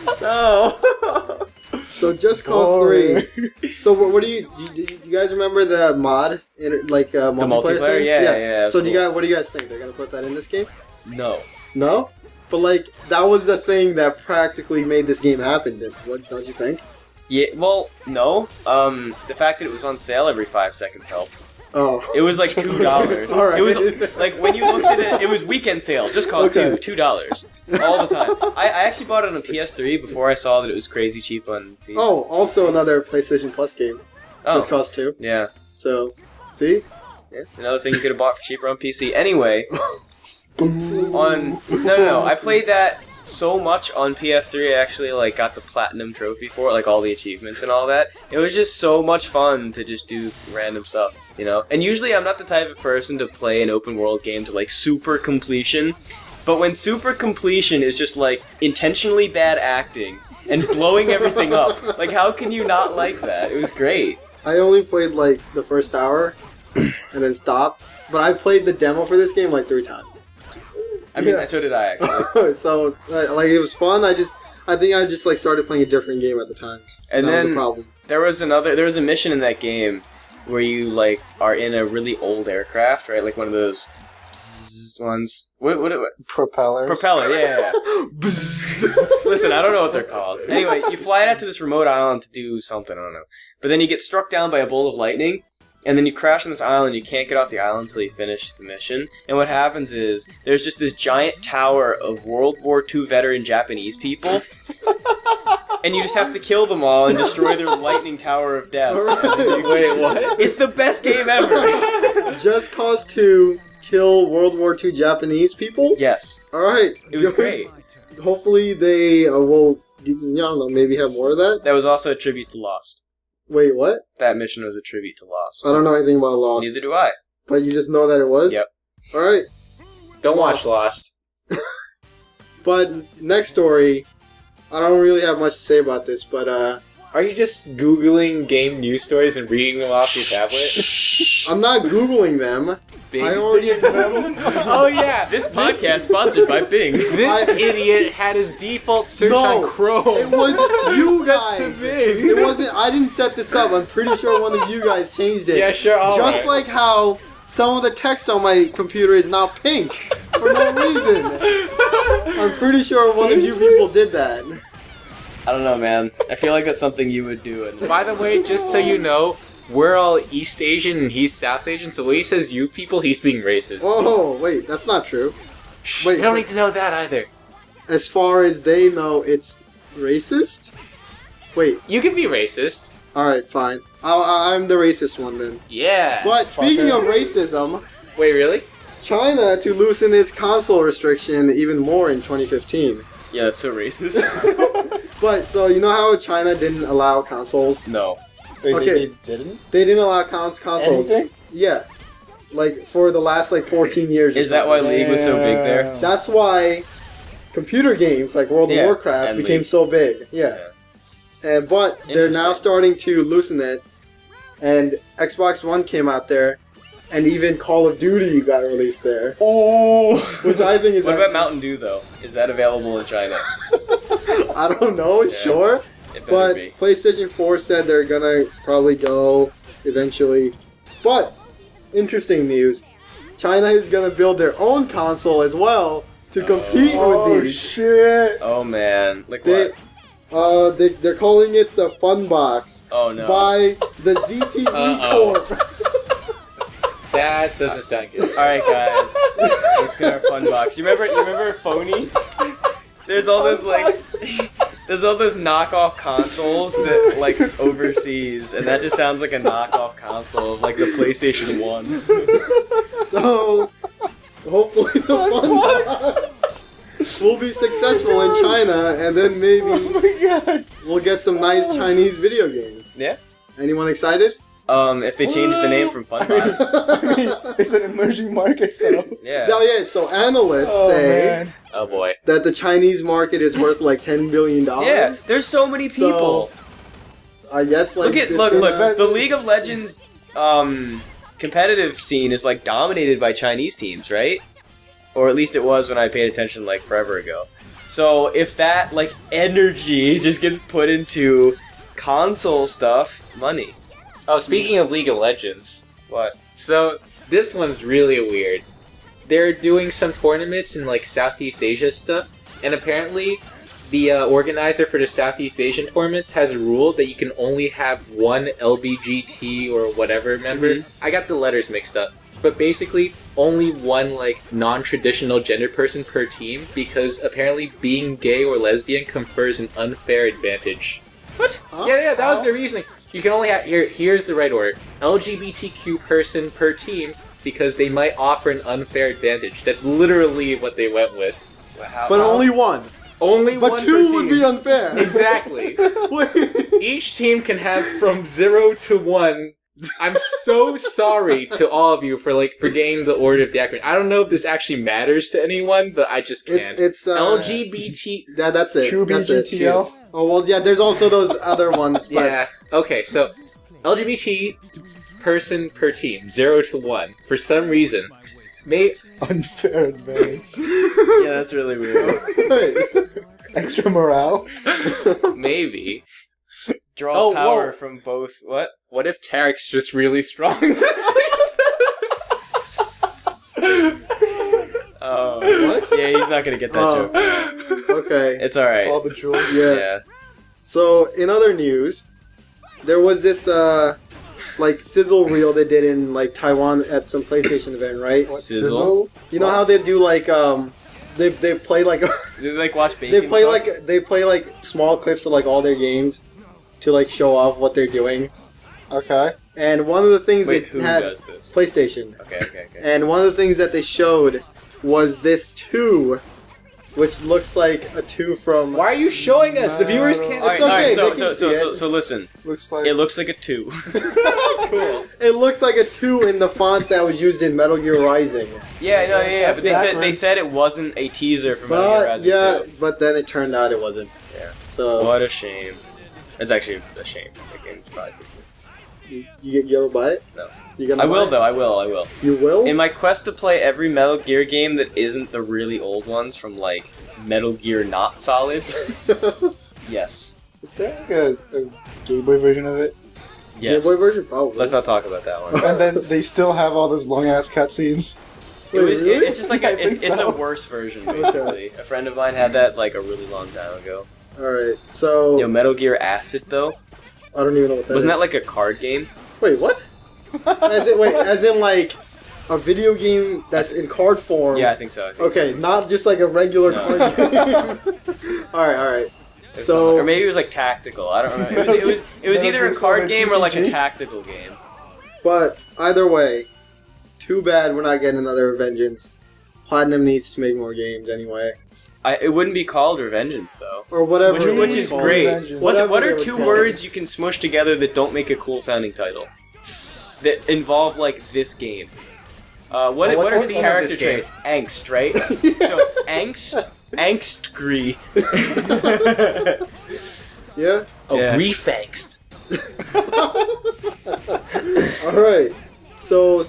[SPEAKER 5] okay.
[SPEAKER 4] No.
[SPEAKER 3] So Just Cause
[SPEAKER 5] Boring.
[SPEAKER 3] Three. So what, what do you, do you do you guys remember the mod in like uh,
[SPEAKER 4] The
[SPEAKER 3] multiplayer,
[SPEAKER 4] multiplayer?
[SPEAKER 3] thing?
[SPEAKER 4] Yeah, yeah, that's
[SPEAKER 3] so do you
[SPEAKER 4] cool.
[SPEAKER 3] guys what do you guys think? They're gonna put that in this game?
[SPEAKER 4] No.
[SPEAKER 3] No, but like that was the thing that practically made this game happen. Did what don't you think?
[SPEAKER 4] Yeah. Well, no. Um, the fact that it was on sale every five seconds helped.
[SPEAKER 3] Oh,
[SPEAKER 4] It was like two dollars.
[SPEAKER 3] All right.
[SPEAKER 4] It was like when you looked at it, it was weekend sale. Just cost
[SPEAKER 3] Okay.
[SPEAKER 4] two two dollars all the time. I, I actually bought it on PS3 before I saw that it was crazy cheap on. PS.
[SPEAKER 3] oh, also another PlayStation Plus game.
[SPEAKER 4] Oh,
[SPEAKER 3] Just Cause Two.
[SPEAKER 4] yeah.
[SPEAKER 3] So see,
[SPEAKER 4] Yeah, another thing you could have bought for cheaper on PC. Anyway, on no, no, no, I played that so much on PS3. I actually like got the platinum trophy for it, like all the achievements and all that. It was just so much fun to just do random stuff, you know. And usually, I'm not the type of person to play an open world game to like super completion. But when super completion is just like intentionally bad acting and blowing everything up, like how can you not like that? It was great.
[SPEAKER 3] I only played like the first hour, and then stopped. But I played the demo for this game like three times.
[SPEAKER 4] I mean,
[SPEAKER 3] Yeah.
[SPEAKER 4] so did I. Actually.
[SPEAKER 3] so uh, like it was fun. I just I think I just like started playing a different game at the time.
[SPEAKER 4] And
[SPEAKER 3] that was
[SPEAKER 4] then
[SPEAKER 3] the problem.
[SPEAKER 4] There was another. There was a mission in that game where you like are in a really old aircraft, right? Like one of those bzzz ones. What? What? what
[SPEAKER 5] Propellers.
[SPEAKER 4] propeller. Yeah. yeah, yeah. Listen, I don't know what they're called. Anyway, you fly it out to this remote island to do something. I don't know. But then you get struck down by a bolt of lightning. And then you crash on this island. You can't get off the island until you finish the mission. And what happens is there's just this giant tower of World War II veteran Japanese people, and you just have to kill them all and destroy their lightning tower of death.
[SPEAKER 2] Wait, what?
[SPEAKER 4] It's the best game ever.
[SPEAKER 3] Just Cause Two kill World War II Japanese people.
[SPEAKER 4] yes,
[SPEAKER 3] All right,
[SPEAKER 4] it was great.
[SPEAKER 3] Hopefully they uh, will. I don't know. Maybe have more of that.
[SPEAKER 4] That was also a tribute to Lost.
[SPEAKER 3] Wait, what?
[SPEAKER 4] That mission was a tribute to Lost.
[SPEAKER 3] I don't know anything about Lost,
[SPEAKER 4] Neither do I.
[SPEAKER 3] but you just know that it was.
[SPEAKER 4] Yep.
[SPEAKER 3] All right,
[SPEAKER 2] Don't watch Lost.
[SPEAKER 3] but next story. I don't really have much to say about this, but uh,
[SPEAKER 2] Are you just googling game news stories and reading them off your tablet?
[SPEAKER 3] I'm not googling them. I already
[SPEAKER 2] oh yeah,
[SPEAKER 4] This podcast sponsored by Bing.
[SPEAKER 2] This
[SPEAKER 3] I-
[SPEAKER 2] idiot had his default search
[SPEAKER 3] No,
[SPEAKER 2] on Chrome.
[SPEAKER 3] It wasn't you
[SPEAKER 2] got to
[SPEAKER 3] guys.
[SPEAKER 2] Bing.
[SPEAKER 3] It wasn't. I didn't set this up. I'm pretty sure one of you guys changed it.
[SPEAKER 2] Yeah, sure. all
[SPEAKER 3] Just
[SPEAKER 2] right.
[SPEAKER 3] like how some of the text on my computer is now pink for no reason. I'm pretty sure one of you people did that.
[SPEAKER 4] I don't know, man. I feel like that's something you would do. And
[SPEAKER 2] By the way, just so you know, we're all East Asian and he's South Asian, so when he says you people, he's being racist.
[SPEAKER 3] Oh, wait, that's not true.
[SPEAKER 2] Shh,
[SPEAKER 3] wait,
[SPEAKER 2] you don't
[SPEAKER 3] but-
[SPEAKER 2] need to know that either.
[SPEAKER 3] As far as they know, it's racist. Wait,
[SPEAKER 2] You can be racist.
[SPEAKER 3] all right, fine. I'll, I- I'm the racist one then.
[SPEAKER 2] Yeah.
[SPEAKER 3] But speaking of racism,
[SPEAKER 2] Wait, really?
[SPEAKER 3] China to loosen its consul restriction even more in 2015.
[SPEAKER 4] yeah, that's so racist.
[SPEAKER 3] But so you know how China didn't allow consoles?
[SPEAKER 4] no.
[SPEAKER 5] Wait,
[SPEAKER 3] Okay.
[SPEAKER 5] they, they didn't?
[SPEAKER 3] They didn't allow cons- consoles.
[SPEAKER 5] Anything?
[SPEAKER 3] Yeah, like for the last like 14 years. or
[SPEAKER 4] Is that
[SPEAKER 3] something.
[SPEAKER 4] why League was so big there?
[SPEAKER 3] That's why computer games like World
[SPEAKER 4] Yeah,
[SPEAKER 3] of Warcraft
[SPEAKER 4] and
[SPEAKER 3] became
[SPEAKER 4] League.
[SPEAKER 3] so big. Yeah. And but they're now
[SPEAKER 4] Interesting.
[SPEAKER 3] starting to loosen it, and Xbox One came out there, and even Call of Duty got released there,
[SPEAKER 4] Oh.
[SPEAKER 3] which I think is.
[SPEAKER 4] What about
[SPEAKER 3] actually-
[SPEAKER 4] Mountain Dew though? Is that available in China?
[SPEAKER 3] I don't know. Sure,
[SPEAKER 4] It better
[SPEAKER 3] but
[SPEAKER 4] be.
[SPEAKER 3] PlayStation 4 said they're gonna probably go eventually. But interesting news: China is gonna build their own console as well to compete
[SPEAKER 5] Oh
[SPEAKER 3] with these.
[SPEAKER 5] shit!
[SPEAKER 4] Oh man, like
[SPEAKER 3] They,
[SPEAKER 4] what?
[SPEAKER 3] uh, they, they're calling it the Fun Box
[SPEAKER 4] Oh no.
[SPEAKER 3] by the ZTE
[SPEAKER 2] Uh-oh.
[SPEAKER 3] Corp.
[SPEAKER 2] That doesn't sound good.
[SPEAKER 4] All right, guys, let's get our fun box. You remember? You remember Phony? There's all those like, there's all those knockoff consoles that like overseas, and that just sounds like a knockoff console, of, like the PlayStation One.
[SPEAKER 3] So, hopefully, the Fun, Box. will be successful in China, and then maybe
[SPEAKER 5] Oh my god!
[SPEAKER 3] we'll get some nice Chinese video game.
[SPEAKER 4] Yeah.
[SPEAKER 3] Anyone excited?
[SPEAKER 4] Um, if they change the name from Fun Box,
[SPEAKER 5] I mean, it's an emerging market, so.
[SPEAKER 4] yeah.
[SPEAKER 3] Oh yeah, so analysts
[SPEAKER 5] Oh
[SPEAKER 3] say
[SPEAKER 5] man!
[SPEAKER 2] Oh boy.
[SPEAKER 3] that the Chinese market is worth like ten billion dollars.
[SPEAKER 4] Yeah, there's so many people.
[SPEAKER 3] I guess like
[SPEAKER 4] look at
[SPEAKER 3] it's
[SPEAKER 4] look
[SPEAKER 3] gonna-
[SPEAKER 4] look the League of Legends um competitive scene is like dominated by Chinese teams, right? Or at least it was when I paid attention like forever ago. So if that like energy just gets put into console stuff, money.
[SPEAKER 2] Oh, speaking of League of Legends,
[SPEAKER 4] What?
[SPEAKER 2] so this one's really weird. They're doing some tournaments in like Southeast Asia stuff, and apparently, the uh, organizer for the Southeast Asian tournaments has a rule that you can only have one LBGT or whatever member.
[SPEAKER 4] Mhm.
[SPEAKER 2] I got the letters mixed up, but basically, only one like non-traditional gender person per team because apparently being gay or lesbian confers an unfair advantage.
[SPEAKER 4] What?
[SPEAKER 3] Huh?
[SPEAKER 2] Yeah, yeah, that was
[SPEAKER 3] Huh?
[SPEAKER 2] their reasoning. You can only have here. Here's the right order: LGBTQ person per team because they might offer an unfair advantage. That's literally what they went with.
[SPEAKER 4] Wow.
[SPEAKER 3] But only one.
[SPEAKER 2] Only
[SPEAKER 3] But
[SPEAKER 2] one
[SPEAKER 3] two
[SPEAKER 2] per
[SPEAKER 3] would
[SPEAKER 2] team.
[SPEAKER 3] be unfair.
[SPEAKER 2] exactly.
[SPEAKER 3] Wait.
[SPEAKER 2] Each team can have from zero to one. I'm so sorry to all of you for like forgetting the order of the acronym. I don't know if this actually matters to anyone, but I just can't.
[SPEAKER 3] It's it's uh,
[SPEAKER 2] LGBT.
[SPEAKER 3] That, that's it. That's it.
[SPEAKER 5] QBGTL.
[SPEAKER 3] Oh well, yeah. There's also those other ones, but
[SPEAKER 2] Yeah. Okay, so LGBT person per team, zero to one. For some reason, may
[SPEAKER 5] Unfair advantage.
[SPEAKER 4] Yeah, that's really
[SPEAKER 3] Oh,
[SPEAKER 4] weird.
[SPEAKER 5] Extra morale.
[SPEAKER 2] maybe.
[SPEAKER 4] Draw
[SPEAKER 2] Oh,
[SPEAKER 4] power
[SPEAKER 2] whoa.
[SPEAKER 4] from both. What?
[SPEAKER 2] What if Tarek's just really strong?
[SPEAKER 4] Oh,
[SPEAKER 3] What?
[SPEAKER 4] yeah, he's not gonna get that
[SPEAKER 3] Oh.
[SPEAKER 4] joke.
[SPEAKER 3] okay.
[SPEAKER 4] It's all right.
[SPEAKER 5] All the jewels.
[SPEAKER 3] Yeah.
[SPEAKER 4] Yeah.
[SPEAKER 3] So in other news, there was this uh, like sizzle reel they did in like Taiwan at some PlayStation event, right?
[SPEAKER 5] What,
[SPEAKER 4] Sizzle?
[SPEAKER 5] sizzle?
[SPEAKER 3] You know how they do like um, they they play like
[SPEAKER 4] Did they, like watch bacon?
[SPEAKER 3] they play
[SPEAKER 4] Club?
[SPEAKER 3] like they play like small clips of like all their games to like show off what they're doing.
[SPEAKER 5] Okay.
[SPEAKER 3] And one of the things
[SPEAKER 4] Wait,
[SPEAKER 3] they
[SPEAKER 4] who
[SPEAKER 3] had
[SPEAKER 4] does this?
[SPEAKER 3] PlayStation.
[SPEAKER 4] Okay, okay, okay.
[SPEAKER 3] And one of the things that they showed was this two, which looks like a two from.
[SPEAKER 2] Why are you showing us? The viewers can't.
[SPEAKER 5] All
[SPEAKER 4] Alright,
[SPEAKER 3] It's
[SPEAKER 4] alright,
[SPEAKER 3] okay,
[SPEAKER 4] so,
[SPEAKER 3] they
[SPEAKER 4] so,
[SPEAKER 3] can
[SPEAKER 4] so,
[SPEAKER 3] see
[SPEAKER 4] so,
[SPEAKER 3] it.
[SPEAKER 4] so listen.
[SPEAKER 5] Looks like
[SPEAKER 4] It looks like a two.
[SPEAKER 2] cool.
[SPEAKER 3] It looks like a two in the font that was used in Metal Gear Rising.
[SPEAKER 4] yeah, no, yeah, yeah.
[SPEAKER 5] That's
[SPEAKER 4] But they said they
[SPEAKER 5] backwards.
[SPEAKER 4] said it wasn't a teaser for Metal Gear
[SPEAKER 3] But
[SPEAKER 4] Rising
[SPEAKER 3] yeah,
[SPEAKER 4] 2.
[SPEAKER 3] but then it turned out it wasn't.
[SPEAKER 4] Yeah.
[SPEAKER 3] So
[SPEAKER 4] What a shame. That's actually a shame. That game's probably pretty good.
[SPEAKER 3] You, you, you ever buy it?
[SPEAKER 4] No.
[SPEAKER 3] You gonna
[SPEAKER 4] I
[SPEAKER 3] buy
[SPEAKER 4] will
[SPEAKER 3] it?
[SPEAKER 4] though. I will. I will.
[SPEAKER 3] You will?
[SPEAKER 4] In my quest to play every Metal Gear game that isn't the really old ones from like Metal Gear Not Solid. yes.
[SPEAKER 5] Is there like a, a Game Boy version of it?
[SPEAKER 4] Yes.
[SPEAKER 3] Game Boy version? Oh, Probably.
[SPEAKER 4] Let's not talk about that one.
[SPEAKER 5] And then they still have all those long ass cutscenes.
[SPEAKER 4] It was, it,
[SPEAKER 3] really?
[SPEAKER 4] it's just like
[SPEAKER 5] Yeah,
[SPEAKER 4] a,
[SPEAKER 5] I think
[SPEAKER 4] it's, it's a
[SPEAKER 5] so.
[SPEAKER 4] worse version, basically. a friend of mine had that like a really long time ago.
[SPEAKER 3] Alright, so.
[SPEAKER 4] Yo, Metal Gear Acid though,
[SPEAKER 3] I don't even know what that
[SPEAKER 4] wasn't that
[SPEAKER 3] is.
[SPEAKER 4] like a card game?
[SPEAKER 3] Wait, what? as in, wait, as in like a video game that's in card form?
[SPEAKER 4] Yeah, I think so. I think
[SPEAKER 3] Okay, not just like a regular
[SPEAKER 4] No.
[SPEAKER 3] card game. alright, alright.
[SPEAKER 4] It was
[SPEAKER 3] so-
[SPEAKER 4] something- or maybe it was like tactical. I don't remember. It was, it was, it was
[SPEAKER 5] Metal
[SPEAKER 4] either a
[SPEAKER 5] Gear
[SPEAKER 4] card
[SPEAKER 5] Solid
[SPEAKER 4] game or like a
[SPEAKER 5] TCG?
[SPEAKER 4] tactical game.
[SPEAKER 3] But either way, too bad we're not getting another Vengeance. Platinum needs to make more games anyway,
[SPEAKER 4] I, it wouldn't be called Revengeance though.
[SPEAKER 3] or whatever.
[SPEAKER 4] Which, which is
[SPEAKER 5] Called
[SPEAKER 4] great.
[SPEAKER 5] Revengeance.
[SPEAKER 4] What's,
[SPEAKER 3] Whatever
[SPEAKER 4] what
[SPEAKER 3] they
[SPEAKER 4] are
[SPEAKER 3] would
[SPEAKER 4] two
[SPEAKER 3] call it.
[SPEAKER 4] words you can smush together that don't make a cool sounding title? That involve like this game. Uh, what,
[SPEAKER 2] Well,
[SPEAKER 4] what
[SPEAKER 2] what's
[SPEAKER 4] are
[SPEAKER 2] the
[SPEAKER 4] his
[SPEAKER 2] name of
[SPEAKER 4] character
[SPEAKER 2] this game?
[SPEAKER 4] traits? Angst, right? so angst, angstgree.
[SPEAKER 3] Yeah.
[SPEAKER 2] Oh,
[SPEAKER 4] Yeah.
[SPEAKER 2] refangst.
[SPEAKER 3] All right. So,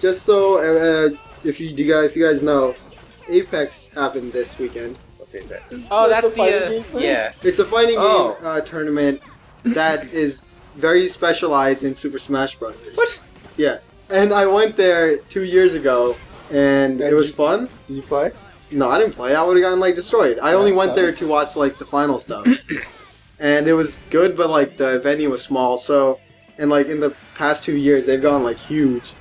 [SPEAKER 3] just so uh, uh, if you, you guys if you guys know, Apex happened this weekend.
[SPEAKER 4] What's Apex?
[SPEAKER 2] Oh,
[SPEAKER 5] Like
[SPEAKER 2] that's
[SPEAKER 5] the fighting
[SPEAKER 2] the.
[SPEAKER 5] game
[SPEAKER 2] Uh,
[SPEAKER 5] thing?
[SPEAKER 2] yeah.
[SPEAKER 3] It's a fighting
[SPEAKER 4] Oh.
[SPEAKER 3] game uh, tournament that is very specialized in Super Smash Bros.
[SPEAKER 4] What?
[SPEAKER 3] Yeah. And I went there two years ago, and it
[SPEAKER 5] And
[SPEAKER 3] was
[SPEAKER 5] you-
[SPEAKER 3] fun.
[SPEAKER 5] Did you play?
[SPEAKER 3] No, I didn't play. I would have gotten like destroyed. I only
[SPEAKER 5] That
[SPEAKER 3] went there
[SPEAKER 5] sucks.
[SPEAKER 3] to watch like the final stuff, and it was good, but like the venue was small. So, and like in the past two years, they've gone like huge.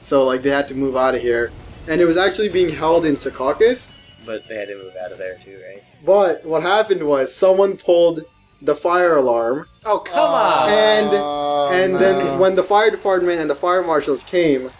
[SPEAKER 3] So like they had to move out of here, and it was actually being held in Secaucus.
[SPEAKER 4] But they had to move out of there too, right?
[SPEAKER 3] But what happened was someone pulled the fire alarm,
[SPEAKER 2] Oh, come on.
[SPEAKER 3] And-
[SPEAKER 5] Oh,
[SPEAKER 3] and
[SPEAKER 5] no.
[SPEAKER 3] then when the fire department and the fire marshals came,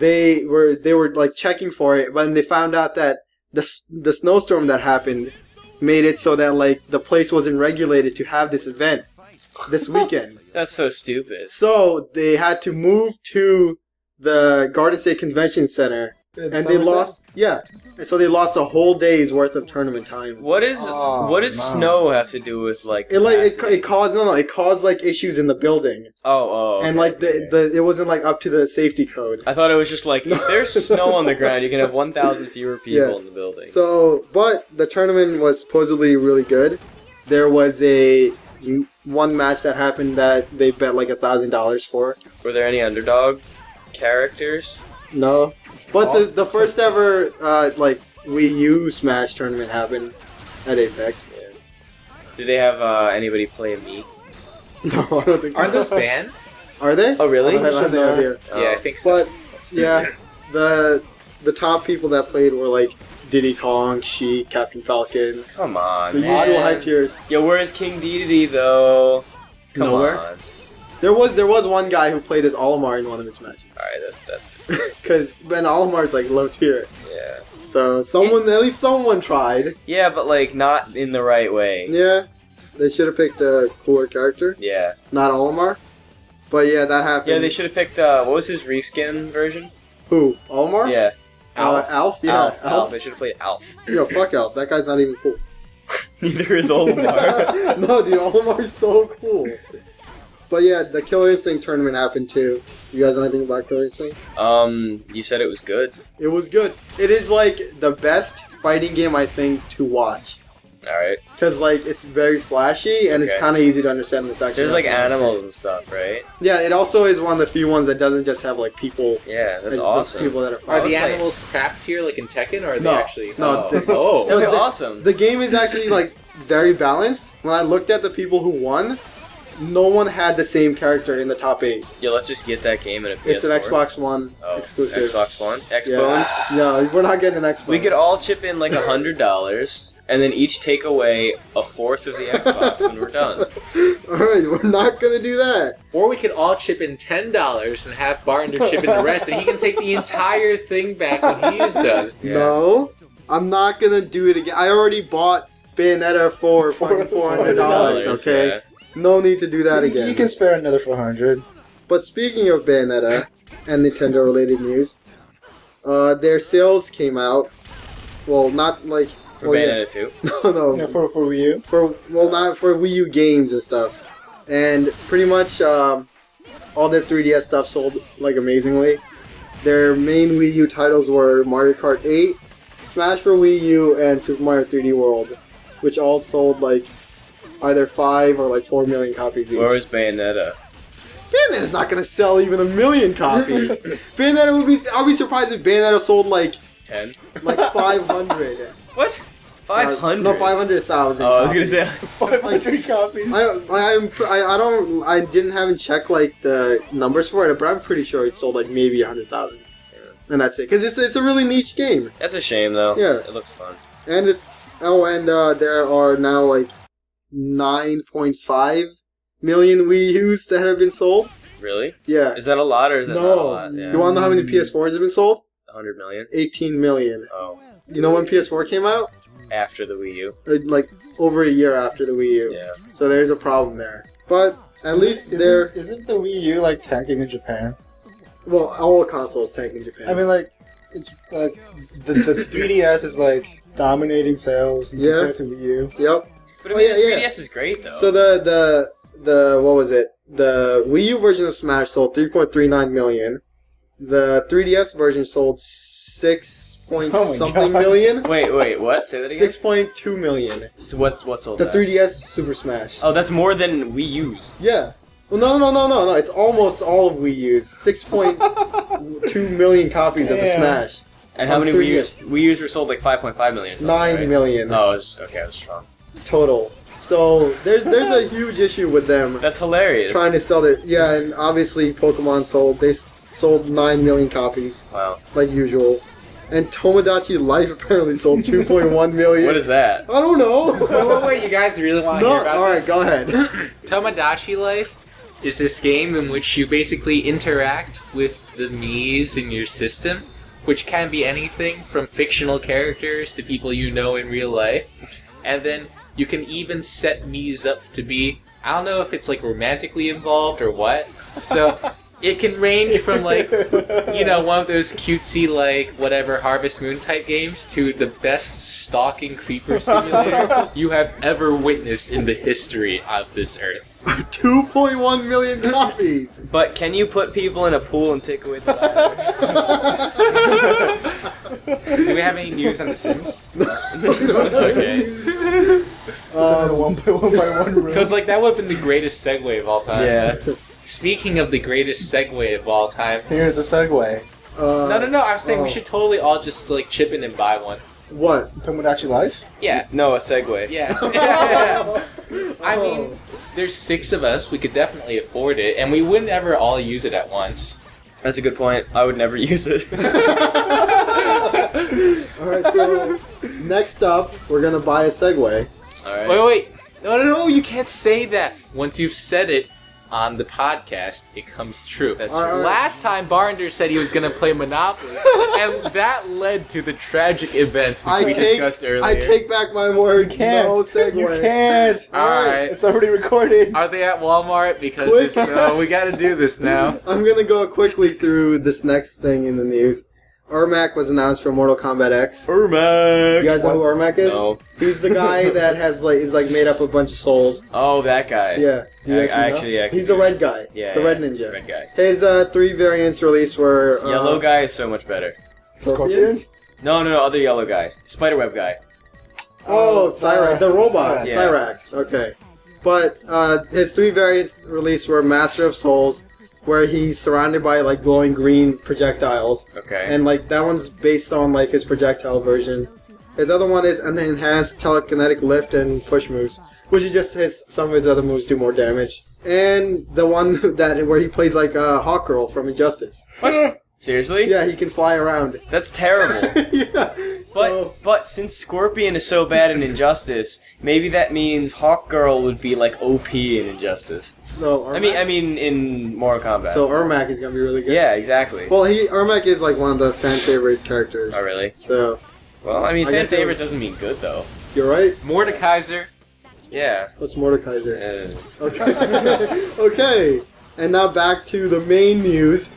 [SPEAKER 3] they were they were like checking for it, but they found out that the s- the snowstorm that happened made it so that like the place wasn't regulated to have this event this weekend.
[SPEAKER 4] That's so stupid.
[SPEAKER 3] so they had to move to the Garden State Convention Center,
[SPEAKER 5] In
[SPEAKER 3] and they
[SPEAKER 5] Somerset?
[SPEAKER 3] lost yeah, and so they lost a whole day's worth of tournament time.
[SPEAKER 4] What is
[SPEAKER 5] Oh,
[SPEAKER 4] what does
[SPEAKER 5] no.
[SPEAKER 4] snow have to do with like?
[SPEAKER 3] It like it, ca-
[SPEAKER 4] capacity?
[SPEAKER 3] it caused no no it caused like issues in the building
[SPEAKER 4] oh oh.
[SPEAKER 3] and
[SPEAKER 4] okay,
[SPEAKER 3] like the,
[SPEAKER 4] okay.
[SPEAKER 3] the it wasn't like up to the safety code.
[SPEAKER 4] I thought it was just like if there's snow on the ground, you can have one thousand fewer people
[SPEAKER 3] Yeah.
[SPEAKER 4] in the building.
[SPEAKER 3] So, but the tournament was supposedly really good. There was a one match that happened that they bet like a thousand dollars for.
[SPEAKER 4] Were there any underdog characters?
[SPEAKER 3] No, but the the first ever uh, like Wii U Smash tournament happened at Apex.
[SPEAKER 4] Did they have uh, anybody play me?
[SPEAKER 3] No, I don't think.
[SPEAKER 2] Aren't
[SPEAKER 3] so.
[SPEAKER 2] those banned? Oh.
[SPEAKER 3] Are they?
[SPEAKER 4] Oh,
[SPEAKER 3] I
[SPEAKER 4] really?
[SPEAKER 3] have, I have no idea.
[SPEAKER 2] Yeah, I think so.
[SPEAKER 3] But yeah, the the top people that played were like Diddy Kong, She, Captain Falcon,
[SPEAKER 4] Come
[SPEAKER 3] the
[SPEAKER 4] on, man.
[SPEAKER 3] usual high tiers.
[SPEAKER 4] Yo, where is King Dedede though? Come
[SPEAKER 2] Nowhere.
[SPEAKER 4] on. All
[SPEAKER 3] There was there was one guy who played as Olimar in one of his matches.
[SPEAKER 4] right, that, that's
[SPEAKER 3] Because Ben Olimar's like low tier,
[SPEAKER 4] yeah.
[SPEAKER 3] so someone at least someone tried.
[SPEAKER 4] Yeah, but like not in the right way.
[SPEAKER 3] Yeah, they should have picked a cooler character,
[SPEAKER 4] Yeah.
[SPEAKER 3] not Olimar. But yeah, that happened.
[SPEAKER 4] Yeah, they should have picked uh, what was his reskin version?
[SPEAKER 3] Who Olimar?
[SPEAKER 4] Yeah,
[SPEAKER 3] Alf. Uh, Alf. Yeah,
[SPEAKER 4] Alf.
[SPEAKER 3] Alf.
[SPEAKER 4] Alf. They should have played Alf.
[SPEAKER 3] Yo, fuck Alf. That guy's not even cool.
[SPEAKER 4] Neither is Olimar.
[SPEAKER 3] no, dude, Olimar's so cool. But yeah, the Killer Instinct tournament happened too. You guys know anything about Killer Instinct?
[SPEAKER 4] um, you said it was good.
[SPEAKER 3] It was good. It is like the best fighting game I think to watch
[SPEAKER 4] All right.
[SPEAKER 3] because like it's very flashy and it's
[SPEAKER 4] Okay.
[SPEAKER 3] kind of easy to understand the section.
[SPEAKER 4] There's like animals and stuff, right?
[SPEAKER 3] Yeah, it also is one of the few ones that doesn't just have like people.
[SPEAKER 4] Yeah,
[SPEAKER 3] as
[SPEAKER 4] that's
[SPEAKER 3] the
[SPEAKER 4] awesome.
[SPEAKER 3] People that are
[SPEAKER 2] Are
[SPEAKER 3] fighting.
[SPEAKER 2] the
[SPEAKER 4] Okay.
[SPEAKER 2] animals crap tier like in Tekken, or are
[SPEAKER 3] No,
[SPEAKER 2] they actually?
[SPEAKER 3] no,
[SPEAKER 2] oh,
[SPEAKER 3] they-
[SPEAKER 2] oh.
[SPEAKER 4] That'd be
[SPEAKER 3] No, the-
[SPEAKER 4] awesome.
[SPEAKER 3] The game is actually like very balanced. When I looked at the people who won, no one had the same character in the top eight.
[SPEAKER 4] yeah, let's just get that game and a PS4.
[SPEAKER 3] It's an Xbox One
[SPEAKER 4] oh,
[SPEAKER 3] exclusive.
[SPEAKER 4] Xbox One. Xbox.
[SPEAKER 3] Yeah. No, we're not getting an Xbox.
[SPEAKER 4] We could all chip in like a hundred dollars, and then each take away a fourth of the Xbox when we're done.
[SPEAKER 3] all right, we're not gonna do that.
[SPEAKER 2] Or we could all chip in ten dollars and have Bartender chip in the rest, and he can take the entire thing back when he's done.
[SPEAKER 4] Yeah.
[SPEAKER 3] No, I'm not gonna do it again. I already bought Bayonetta for fucking four hundred dollars.
[SPEAKER 4] $100,
[SPEAKER 3] Okay,
[SPEAKER 4] yeah.
[SPEAKER 3] no need to do that
[SPEAKER 5] You-
[SPEAKER 3] again.
[SPEAKER 5] You can spare another 400.
[SPEAKER 3] But speaking of Bayonetta and Nintendo related news, uh, their sales came out. Well, not like
[SPEAKER 4] For
[SPEAKER 3] well, yeah.
[SPEAKER 4] Bayonetta 2.
[SPEAKER 3] no, no,
[SPEAKER 5] Yeah, for, for Wii U.
[SPEAKER 3] for well not for Wii U games and stuff, and pretty much um, all their 3DS stuff sold like amazingly. Their main Wii U titles were Mario Kart 8, Smash for Wii U, and Super Mario 3D World, which all sold like either five or like four million copies each.
[SPEAKER 4] Where was Bayonetta?
[SPEAKER 3] Bayonetta's not gonna sell even a million copies. Bayonetta would be. I'll be surprised if Bayonetta sold like
[SPEAKER 4] Ten.
[SPEAKER 3] like five hundred.
[SPEAKER 4] What? Five hundred.
[SPEAKER 3] No, five hundred thousand.
[SPEAKER 4] Oh, I was gonna say.
[SPEAKER 5] 500 copies.
[SPEAKER 3] I, I, I'm, pr- I, I don't I didn't haven't checked like the numbers for it, but I'm pretty sure it sold like maybe a hundred thousand, and that's it. Cause it's it's a really niche game,
[SPEAKER 4] That's a shame though.
[SPEAKER 3] Yeah.
[SPEAKER 4] It looks fun.
[SPEAKER 3] and it's oh, and uh, there are now like nine point five million Wii U's that have been sold.
[SPEAKER 4] Really?
[SPEAKER 3] Yeah,
[SPEAKER 4] Is that a lot or is that not a
[SPEAKER 3] No.
[SPEAKER 4] lot? Yeah.
[SPEAKER 3] you want to know how many
[SPEAKER 4] Mm.
[SPEAKER 3] PS4s have been sold?
[SPEAKER 4] 100 million?
[SPEAKER 3] Eighteen million.
[SPEAKER 4] Oh,
[SPEAKER 3] You know when PS4 came out?
[SPEAKER 4] after the Wii U.
[SPEAKER 3] Uh, Like over a year after the Wii U.
[SPEAKER 4] Yeah.
[SPEAKER 3] So there's a problem there. But at least
[SPEAKER 5] Isn't-
[SPEAKER 3] they're
[SPEAKER 5] Isn't the Wii U like tanking in Japan?
[SPEAKER 3] well, all consoles tank in Japan.
[SPEAKER 5] I mean, like, it's like the, the 3DS is like dominating sales
[SPEAKER 3] Yeah.
[SPEAKER 5] compared to Wii U.
[SPEAKER 3] yep.
[SPEAKER 4] But I
[SPEAKER 3] Oh,
[SPEAKER 4] mean,
[SPEAKER 3] yeah,
[SPEAKER 4] the
[SPEAKER 3] yeah.
[SPEAKER 4] 3DS is great though.
[SPEAKER 3] So the the the what was it? The Wii U version of Smash sold 3.39 million. The 3DS version sold six point
[SPEAKER 5] Oh my
[SPEAKER 3] something
[SPEAKER 5] God.
[SPEAKER 3] million.
[SPEAKER 4] wait, wait, what? Say that again.
[SPEAKER 3] Six point two million.
[SPEAKER 4] So what? What's all
[SPEAKER 3] The
[SPEAKER 4] that?
[SPEAKER 3] 3DS Super Smash.
[SPEAKER 4] Oh, that's more than Wii U's.
[SPEAKER 3] Yeah. Well, no, no, no, no, no. It's almost all of Wii U's. Six point two million copies of the
[SPEAKER 5] Yeah.
[SPEAKER 3] Smash.
[SPEAKER 4] And how
[SPEAKER 3] On
[SPEAKER 4] many
[SPEAKER 3] 3DS.
[SPEAKER 4] Wii U's? Wii U's were sold like 5.5 million. Or something,
[SPEAKER 3] Nine
[SPEAKER 4] right?
[SPEAKER 3] million
[SPEAKER 4] Oh, I was, okay, I was strong.
[SPEAKER 3] total. So there's there's a huge issue with them
[SPEAKER 4] That's hilarious.
[SPEAKER 3] trying to sell it. Yeah, and obviously Pokemon sold. They s- sold nine million copies.
[SPEAKER 4] Wow.
[SPEAKER 3] like usual. And Tomodachi Life apparently sold 2.1 million.
[SPEAKER 4] What is that?
[SPEAKER 3] I don't
[SPEAKER 2] Wait,
[SPEAKER 3] know.
[SPEAKER 2] wait, wait! You guys really want to
[SPEAKER 3] no,
[SPEAKER 2] hear about
[SPEAKER 3] all right,
[SPEAKER 2] this?
[SPEAKER 3] go ahead.
[SPEAKER 2] Tomodachi Life is this game in which you basically interact with the Mii's in your system, which can be anything from fictional characters to people you know in real life. And then you can even set Mii's up to be, I don't know if it's like romantically involved or what. So it can range from like, you know, one of those cutesy, like, whatever Harvest Moon type games to the best stalking creeper simulator you have ever witnessed in the history of this earth.
[SPEAKER 3] 2.1 million copies.
[SPEAKER 4] But can you put people in a pool and take away the
[SPEAKER 2] Do we have any news on The Sims?
[SPEAKER 3] We don't have any
[SPEAKER 2] Okay.
[SPEAKER 3] news.
[SPEAKER 5] Put them in a one by one by one room.
[SPEAKER 2] Because like that would have been the greatest segue of all time.
[SPEAKER 4] Yeah.
[SPEAKER 2] Speaking of the greatest segue of all time.
[SPEAKER 5] Here's a segue.
[SPEAKER 3] Uh,
[SPEAKER 2] No, no, no. I'm saying we
[SPEAKER 5] oh.
[SPEAKER 2] should totally all just like chip in and buy one.
[SPEAKER 3] What?
[SPEAKER 5] Someone actually live?
[SPEAKER 2] Yeah,
[SPEAKER 4] No, a segue.
[SPEAKER 2] yeah.
[SPEAKER 3] Oh.
[SPEAKER 2] I mean, there's six of us. We could definitely afford it, and we wouldn't ever all use it at once.
[SPEAKER 4] That's a good point. I would never use it.
[SPEAKER 3] all right. So next up, we're gonna buy a Segway.
[SPEAKER 4] All right.
[SPEAKER 2] Wait, wait. No, no, no. You can't say that. Once you've said it on the podcast, it comes true. That's
[SPEAKER 3] true. All right.
[SPEAKER 2] Last time, Barnder said he was going to play Monopoly, and that led to the tragic events which
[SPEAKER 3] I
[SPEAKER 2] we
[SPEAKER 3] take.
[SPEAKER 2] discussed earlier.
[SPEAKER 3] I take back my word.
[SPEAKER 5] You can't.
[SPEAKER 3] No Segway.
[SPEAKER 5] You can't.
[SPEAKER 2] All right.
[SPEAKER 5] It's already
[SPEAKER 3] Uh,
[SPEAKER 5] recorded.
[SPEAKER 2] Are they at Walmart? Because
[SPEAKER 3] Quick.
[SPEAKER 2] if so, we got to do this now.
[SPEAKER 3] I'm gonna go quickly through this next thing in the news. Ermac was announced for Mortal Kombat X. You
[SPEAKER 4] Ermac.
[SPEAKER 3] guys know who Ermac is?
[SPEAKER 4] No.
[SPEAKER 3] He's the guy that has like is like made up of a bunch of souls.
[SPEAKER 4] Oh, that guy.
[SPEAKER 3] Yeah. Do you
[SPEAKER 4] I- I
[SPEAKER 3] know?
[SPEAKER 4] actually- I
[SPEAKER 3] He's
[SPEAKER 4] can-
[SPEAKER 3] the red guy.
[SPEAKER 4] Yeah.
[SPEAKER 3] The red
[SPEAKER 4] yeah,
[SPEAKER 3] ninja.
[SPEAKER 4] Red guy.
[SPEAKER 3] His uh, three variants released were uh,
[SPEAKER 4] yellow guy is so much better.
[SPEAKER 3] Scorpion?
[SPEAKER 5] Scorpion?
[SPEAKER 4] No, no, no. Other yellow guy. Spiderweb guy.
[SPEAKER 3] Oh,
[SPEAKER 5] Uh,
[SPEAKER 3] Cyrax, the robot,
[SPEAKER 5] Cyrax.
[SPEAKER 4] Yeah.
[SPEAKER 3] Cyrax. Okay, but uh, his three variants released were Master of Souls, where he's surrounded by like glowing green projectiles,
[SPEAKER 4] Okay.
[SPEAKER 3] and like that one's based on like his projectile version. His other one is an enhanced telekinetic lift and push moves, which is just his some of his other moves do more damage. And the one that where he plays like uh, Hawk Girl from Injustice.
[SPEAKER 4] What? Seriously?
[SPEAKER 3] Yeah, he can fly around.
[SPEAKER 4] That's terrible.
[SPEAKER 3] yeah.
[SPEAKER 4] But
[SPEAKER 3] so-
[SPEAKER 4] but since Scorpion is so bad in Injustice, maybe that means Hawk Girl would be like OP in Injustice.
[SPEAKER 3] so
[SPEAKER 4] I mean,
[SPEAKER 3] Ermac-
[SPEAKER 4] I mean in Mortal Kombat.
[SPEAKER 3] so Ermac is gonna be really good.
[SPEAKER 4] yeah, exactly.
[SPEAKER 3] Well, he Ermac is like one of the fan favorite characters.
[SPEAKER 4] oh really?
[SPEAKER 3] So
[SPEAKER 4] Well, I mean,
[SPEAKER 3] I
[SPEAKER 4] fan
[SPEAKER 3] guess it
[SPEAKER 4] favorite
[SPEAKER 3] was-
[SPEAKER 4] doesn't mean good though.
[SPEAKER 3] you're right.
[SPEAKER 2] Mordekaiser.
[SPEAKER 4] Yeah.
[SPEAKER 3] What's Mordekaiser?
[SPEAKER 4] Uh,
[SPEAKER 3] Okay. okay. And now back to the main news: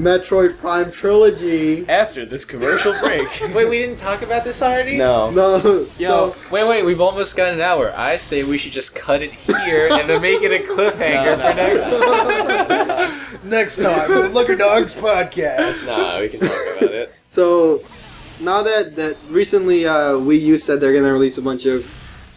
[SPEAKER 3] Metroid Prime trilogy.
[SPEAKER 4] after this commercial break.
[SPEAKER 2] Wait, we didn't talk about this already?
[SPEAKER 4] no.
[SPEAKER 3] No.
[SPEAKER 2] Yo,
[SPEAKER 3] So
[SPEAKER 2] wait, wait, we've almost got an hour. I say we should just cut it here and then make it a cliffhanger
[SPEAKER 4] No,
[SPEAKER 2] for next
[SPEAKER 5] Next time, on the Looker Dogs podcast.
[SPEAKER 4] Nah, we can talk about it.
[SPEAKER 3] so now that that recently uh, Wii U said they're gonna release a bunch of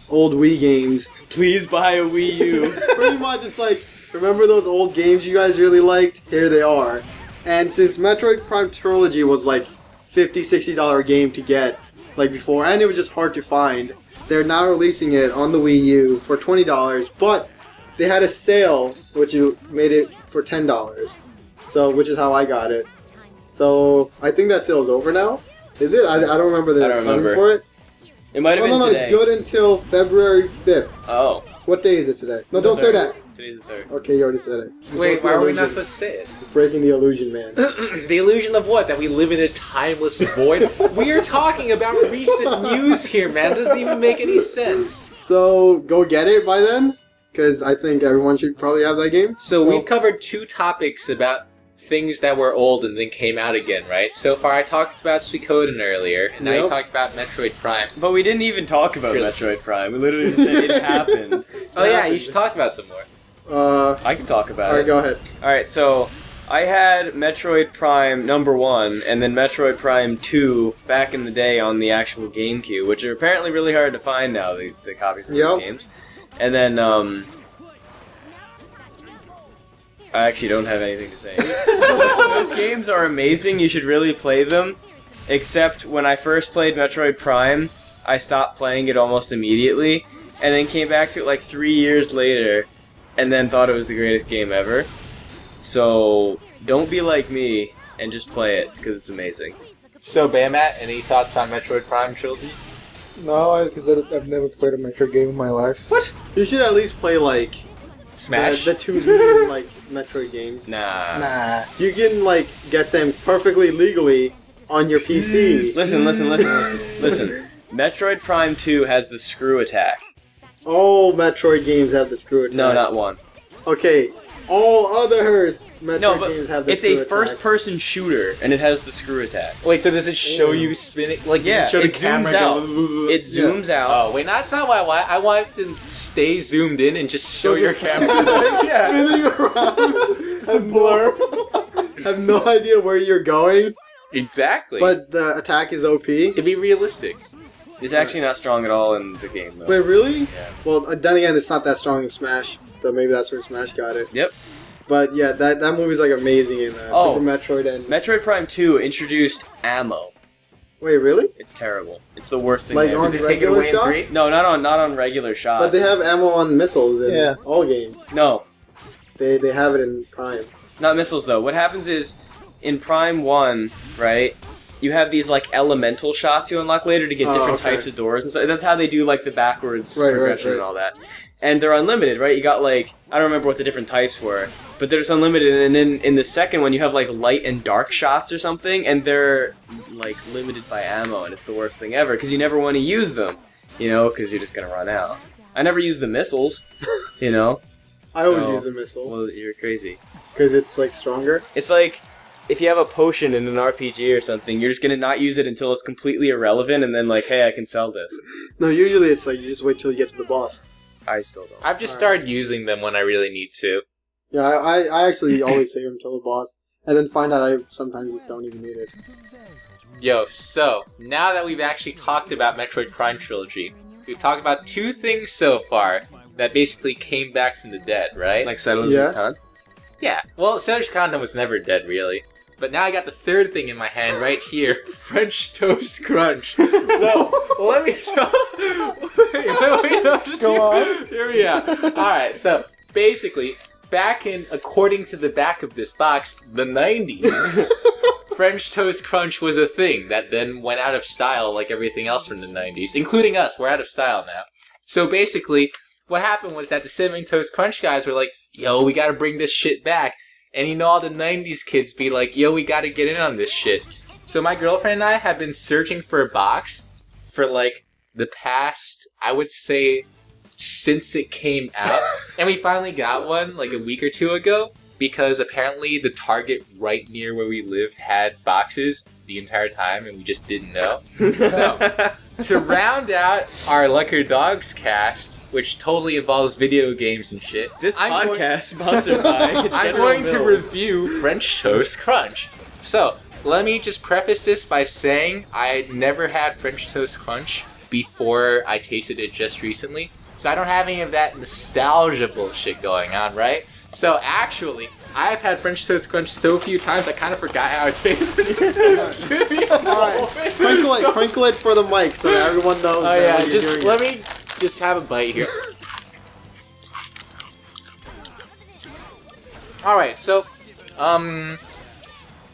[SPEAKER 3] old Wii games.
[SPEAKER 4] Please buy a Wii U.
[SPEAKER 3] Pretty much, it's like remember those old games you guys really liked? Here they are. And since Metroid Prime Trilogy was like 50 60 dollar game to get like before, and it was just hard to find, they're now releasing it on the Wii U for twenty dollars. But they had a sale which you made it for ten dollars. So which is how I got it. So I think that sale's over now. Is it? I, I don't remember the
[SPEAKER 4] I don't
[SPEAKER 3] time
[SPEAKER 4] remember.
[SPEAKER 3] for it.
[SPEAKER 4] It might have
[SPEAKER 3] Oh no
[SPEAKER 4] been
[SPEAKER 3] no,
[SPEAKER 4] today.
[SPEAKER 3] it's good until February fifth.
[SPEAKER 4] Oh.
[SPEAKER 3] What day is it today? No,
[SPEAKER 4] the
[SPEAKER 3] don't say
[SPEAKER 4] third.
[SPEAKER 3] that.
[SPEAKER 4] Today's the third.
[SPEAKER 3] Okay, you already said it.
[SPEAKER 2] time. Wait,
[SPEAKER 3] Broke the
[SPEAKER 2] why are we not
[SPEAKER 3] illusion.
[SPEAKER 2] supposed to say it?
[SPEAKER 3] breaking the illusion, man?
[SPEAKER 2] the illusion of what? That we live in a timeless void? we are talking about recent news here, man. It doesn't even make any sense.
[SPEAKER 3] so go get it by then, because I think everyone should probably have that game.
[SPEAKER 2] So, we've covered two topics about things that were old and then came out again, right? So far, I talked about Suikoden earlier, and now you
[SPEAKER 3] Yep.
[SPEAKER 2] talked about Metroid Prime.
[SPEAKER 4] But we didn't even talk about
[SPEAKER 2] Sure.
[SPEAKER 4] Metroid Prime. We literally just said it happened.
[SPEAKER 2] Oh yeah, you
[SPEAKER 3] happened.
[SPEAKER 2] should talk about some more.
[SPEAKER 3] Uh,
[SPEAKER 4] I can talk about
[SPEAKER 3] all
[SPEAKER 4] it.
[SPEAKER 3] right, go ahead.
[SPEAKER 4] All right, so I had Metroid Prime number one, and then Metroid Prime two back in the day on the actual GameCube, which are apparently really hard to find now. The, the copies of
[SPEAKER 3] Yep.
[SPEAKER 4] those games, and then um, I actually don't have anything to say. those games are amazing. You should really play them. Except when I first played Metroid Prime, I stopped playing it almost immediately, and then came back to it like three years later, and then thought it was the greatest game ever. So don't be like me and just play it because it's amazing.
[SPEAKER 2] So Bamat, any thoughts on Metroid Prime trilogy?
[SPEAKER 5] No, because I've never played a Metro game in my life.
[SPEAKER 4] What?
[SPEAKER 3] You should at least play like
[SPEAKER 2] Smash.
[SPEAKER 3] the, the two leading, like Metroid games.
[SPEAKER 4] Nah.
[SPEAKER 5] Nah.
[SPEAKER 3] You can like get them perfectly legally on your PC.
[SPEAKER 4] Listen, listen, listen, listen, listen. Metroid Prime 2 has the screw attack.
[SPEAKER 3] All Metroid games have the screw attack.
[SPEAKER 4] No, not one.
[SPEAKER 3] okay. All other Metroid
[SPEAKER 4] No, but
[SPEAKER 3] games have the
[SPEAKER 4] it's a
[SPEAKER 3] screw attack.
[SPEAKER 4] first-person shooter, and it has the screw attack.
[SPEAKER 2] Wait, so does it show
[SPEAKER 3] Ooh.
[SPEAKER 2] you spinning? Like,
[SPEAKER 4] Yeah,
[SPEAKER 2] does it show
[SPEAKER 4] it
[SPEAKER 2] the
[SPEAKER 4] zooms
[SPEAKER 2] camera
[SPEAKER 4] out.
[SPEAKER 2] go-
[SPEAKER 4] It zooms out.
[SPEAKER 2] Oh wait, no, that's not what I want. I want it to stay zoomed in and just show your
[SPEAKER 3] just-
[SPEAKER 2] camera.
[SPEAKER 5] yeah.
[SPEAKER 3] Spinning around.
[SPEAKER 5] It's a blur.
[SPEAKER 3] have no idea where you're going,
[SPEAKER 2] exactly.
[SPEAKER 3] but the attack is OP.
[SPEAKER 2] it'd be realistic.
[SPEAKER 4] Oh. It's actually not strong at all in the game though.
[SPEAKER 3] Wait, really?
[SPEAKER 4] Yeah.
[SPEAKER 3] Well, uh, then again, it's not that strong in Smash, so maybe that's where Smash got it.
[SPEAKER 4] Yep.
[SPEAKER 3] But yeah, that that movie's like amazing in uh,
[SPEAKER 4] Oh.
[SPEAKER 3] Super Metroid and
[SPEAKER 4] Metroid Prime 2 introduced ammo.
[SPEAKER 3] wait, really?
[SPEAKER 4] It's terrible. It's the worst thing.
[SPEAKER 3] Like
[SPEAKER 4] they ever
[SPEAKER 3] on
[SPEAKER 2] Did
[SPEAKER 4] did.
[SPEAKER 2] they take it
[SPEAKER 3] regular
[SPEAKER 2] away in
[SPEAKER 3] shots?
[SPEAKER 2] three?
[SPEAKER 4] No, not on not on regular shots.
[SPEAKER 3] But they have ammo on missiles in
[SPEAKER 5] Yeah.
[SPEAKER 3] all games.
[SPEAKER 4] No,
[SPEAKER 3] They they have it in Prime.
[SPEAKER 4] not missiles though. What happens is in Prime 1, right? You have these like elemental shots you unlock later to get
[SPEAKER 3] Oh,
[SPEAKER 4] different
[SPEAKER 3] okay.
[SPEAKER 4] types of doors and so that's how they do like the backwards
[SPEAKER 3] Right, right,
[SPEAKER 4] progression and
[SPEAKER 3] right.
[SPEAKER 4] all that. And they're unlimited, right? You got like I don't remember what the different types were, but they're just unlimited and then in the second one you have like light and dark shots or something and they're like limited by ammo and it's the worst thing ever cuz you never want to use them, you know, cuz you're just going to run out. I never use the missiles, you know.
[SPEAKER 3] I always
[SPEAKER 4] So-
[SPEAKER 3] use a missile
[SPEAKER 4] Well, you're crazy.
[SPEAKER 3] because it's like stronger.
[SPEAKER 4] It's like if you have a potion in an RPG or something, you're just gonna not use it until it's completely irrelevant, and then like, hey, I can sell this.
[SPEAKER 3] No, usually it's like you just wait till you get to the boss.
[SPEAKER 4] I still don't.
[SPEAKER 2] I've just
[SPEAKER 3] Alright.
[SPEAKER 2] started using them when I really need to.
[SPEAKER 3] Yeah, I, I, I actually always save until the boss, and then find out I sometimes just don't even need it.
[SPEAKER 2] Yo, so now that we've actually talked about Metroid Prime Trilogy, we've talked about two things so far that basically came back from the dead, right?
[SPEAKER 4] Like Settlers
[SPEAKER 3] Yeah.
[SPEAKER 4] of Catan.
[SPEAKER 2] Yeah. Well, Settlers Condom was never dead, really. But now I got the third thing in my hand right here: French toast crunch. So let me. wait, wait, wait, no, just
[SPEAKER 5] Go
[SPEAKER 2] hear,
[SPEAKER 5] on.
[SPEAKER 2] Hear me out. All right. So basically, back in according to the back of this box, the '90s. French toast crunch was a thing that then went out of style like everything else from the 90s, including us. We're out of style now. So basically, what happened was that the Cinnamon Toast Crunch guys were like, yo, we gotta bring this shit back. And you know, all the 90s kids be like, yo, we gotta get in on this shit. So my girlfriend and I have been searching for a box for like the past, I would say, since it came out. and we finally got one like a week or two ago because apparently the Target right near where we live had boxes the entire time and we just didn't know So. to round out our Lucker Dogs cast, which totally involves video games and shit,
[SPEAKER 4] this
[SPEAKER 2] I'm
[SPEAKER 4] podcast
[SPEAKER 2] going-
[SPEAKER 4] sponsored by.
[SPEAKER 2] I'm
[SPEAKER 4] General
[SPEAKER 2] going to
[SPEAKER 4] Mills.
[SPEAKER 2] review French Toast Crunch. So, let me just preface this by saying I never had French Toast Crunch before I tasted it just recently. So, I don't have any of that nostalgia bullshit going on, right? So, actually, I've had French Toast Crunch so few times I kind of forgot how it tasted. Give me a moment.
[SPEAKER 3] Crinkle it, crinkle it for the mic so that everyone knows.
[SPEAKER 2] Oh
[SPEAKER 3] that
[SPEAKER 2] yeah,
[SPEAKER 3] you're
[SPEAKER 2] just
[SPEAKER 3] doing
[SPEAKER 2] let me just have a bite here. All right, so um,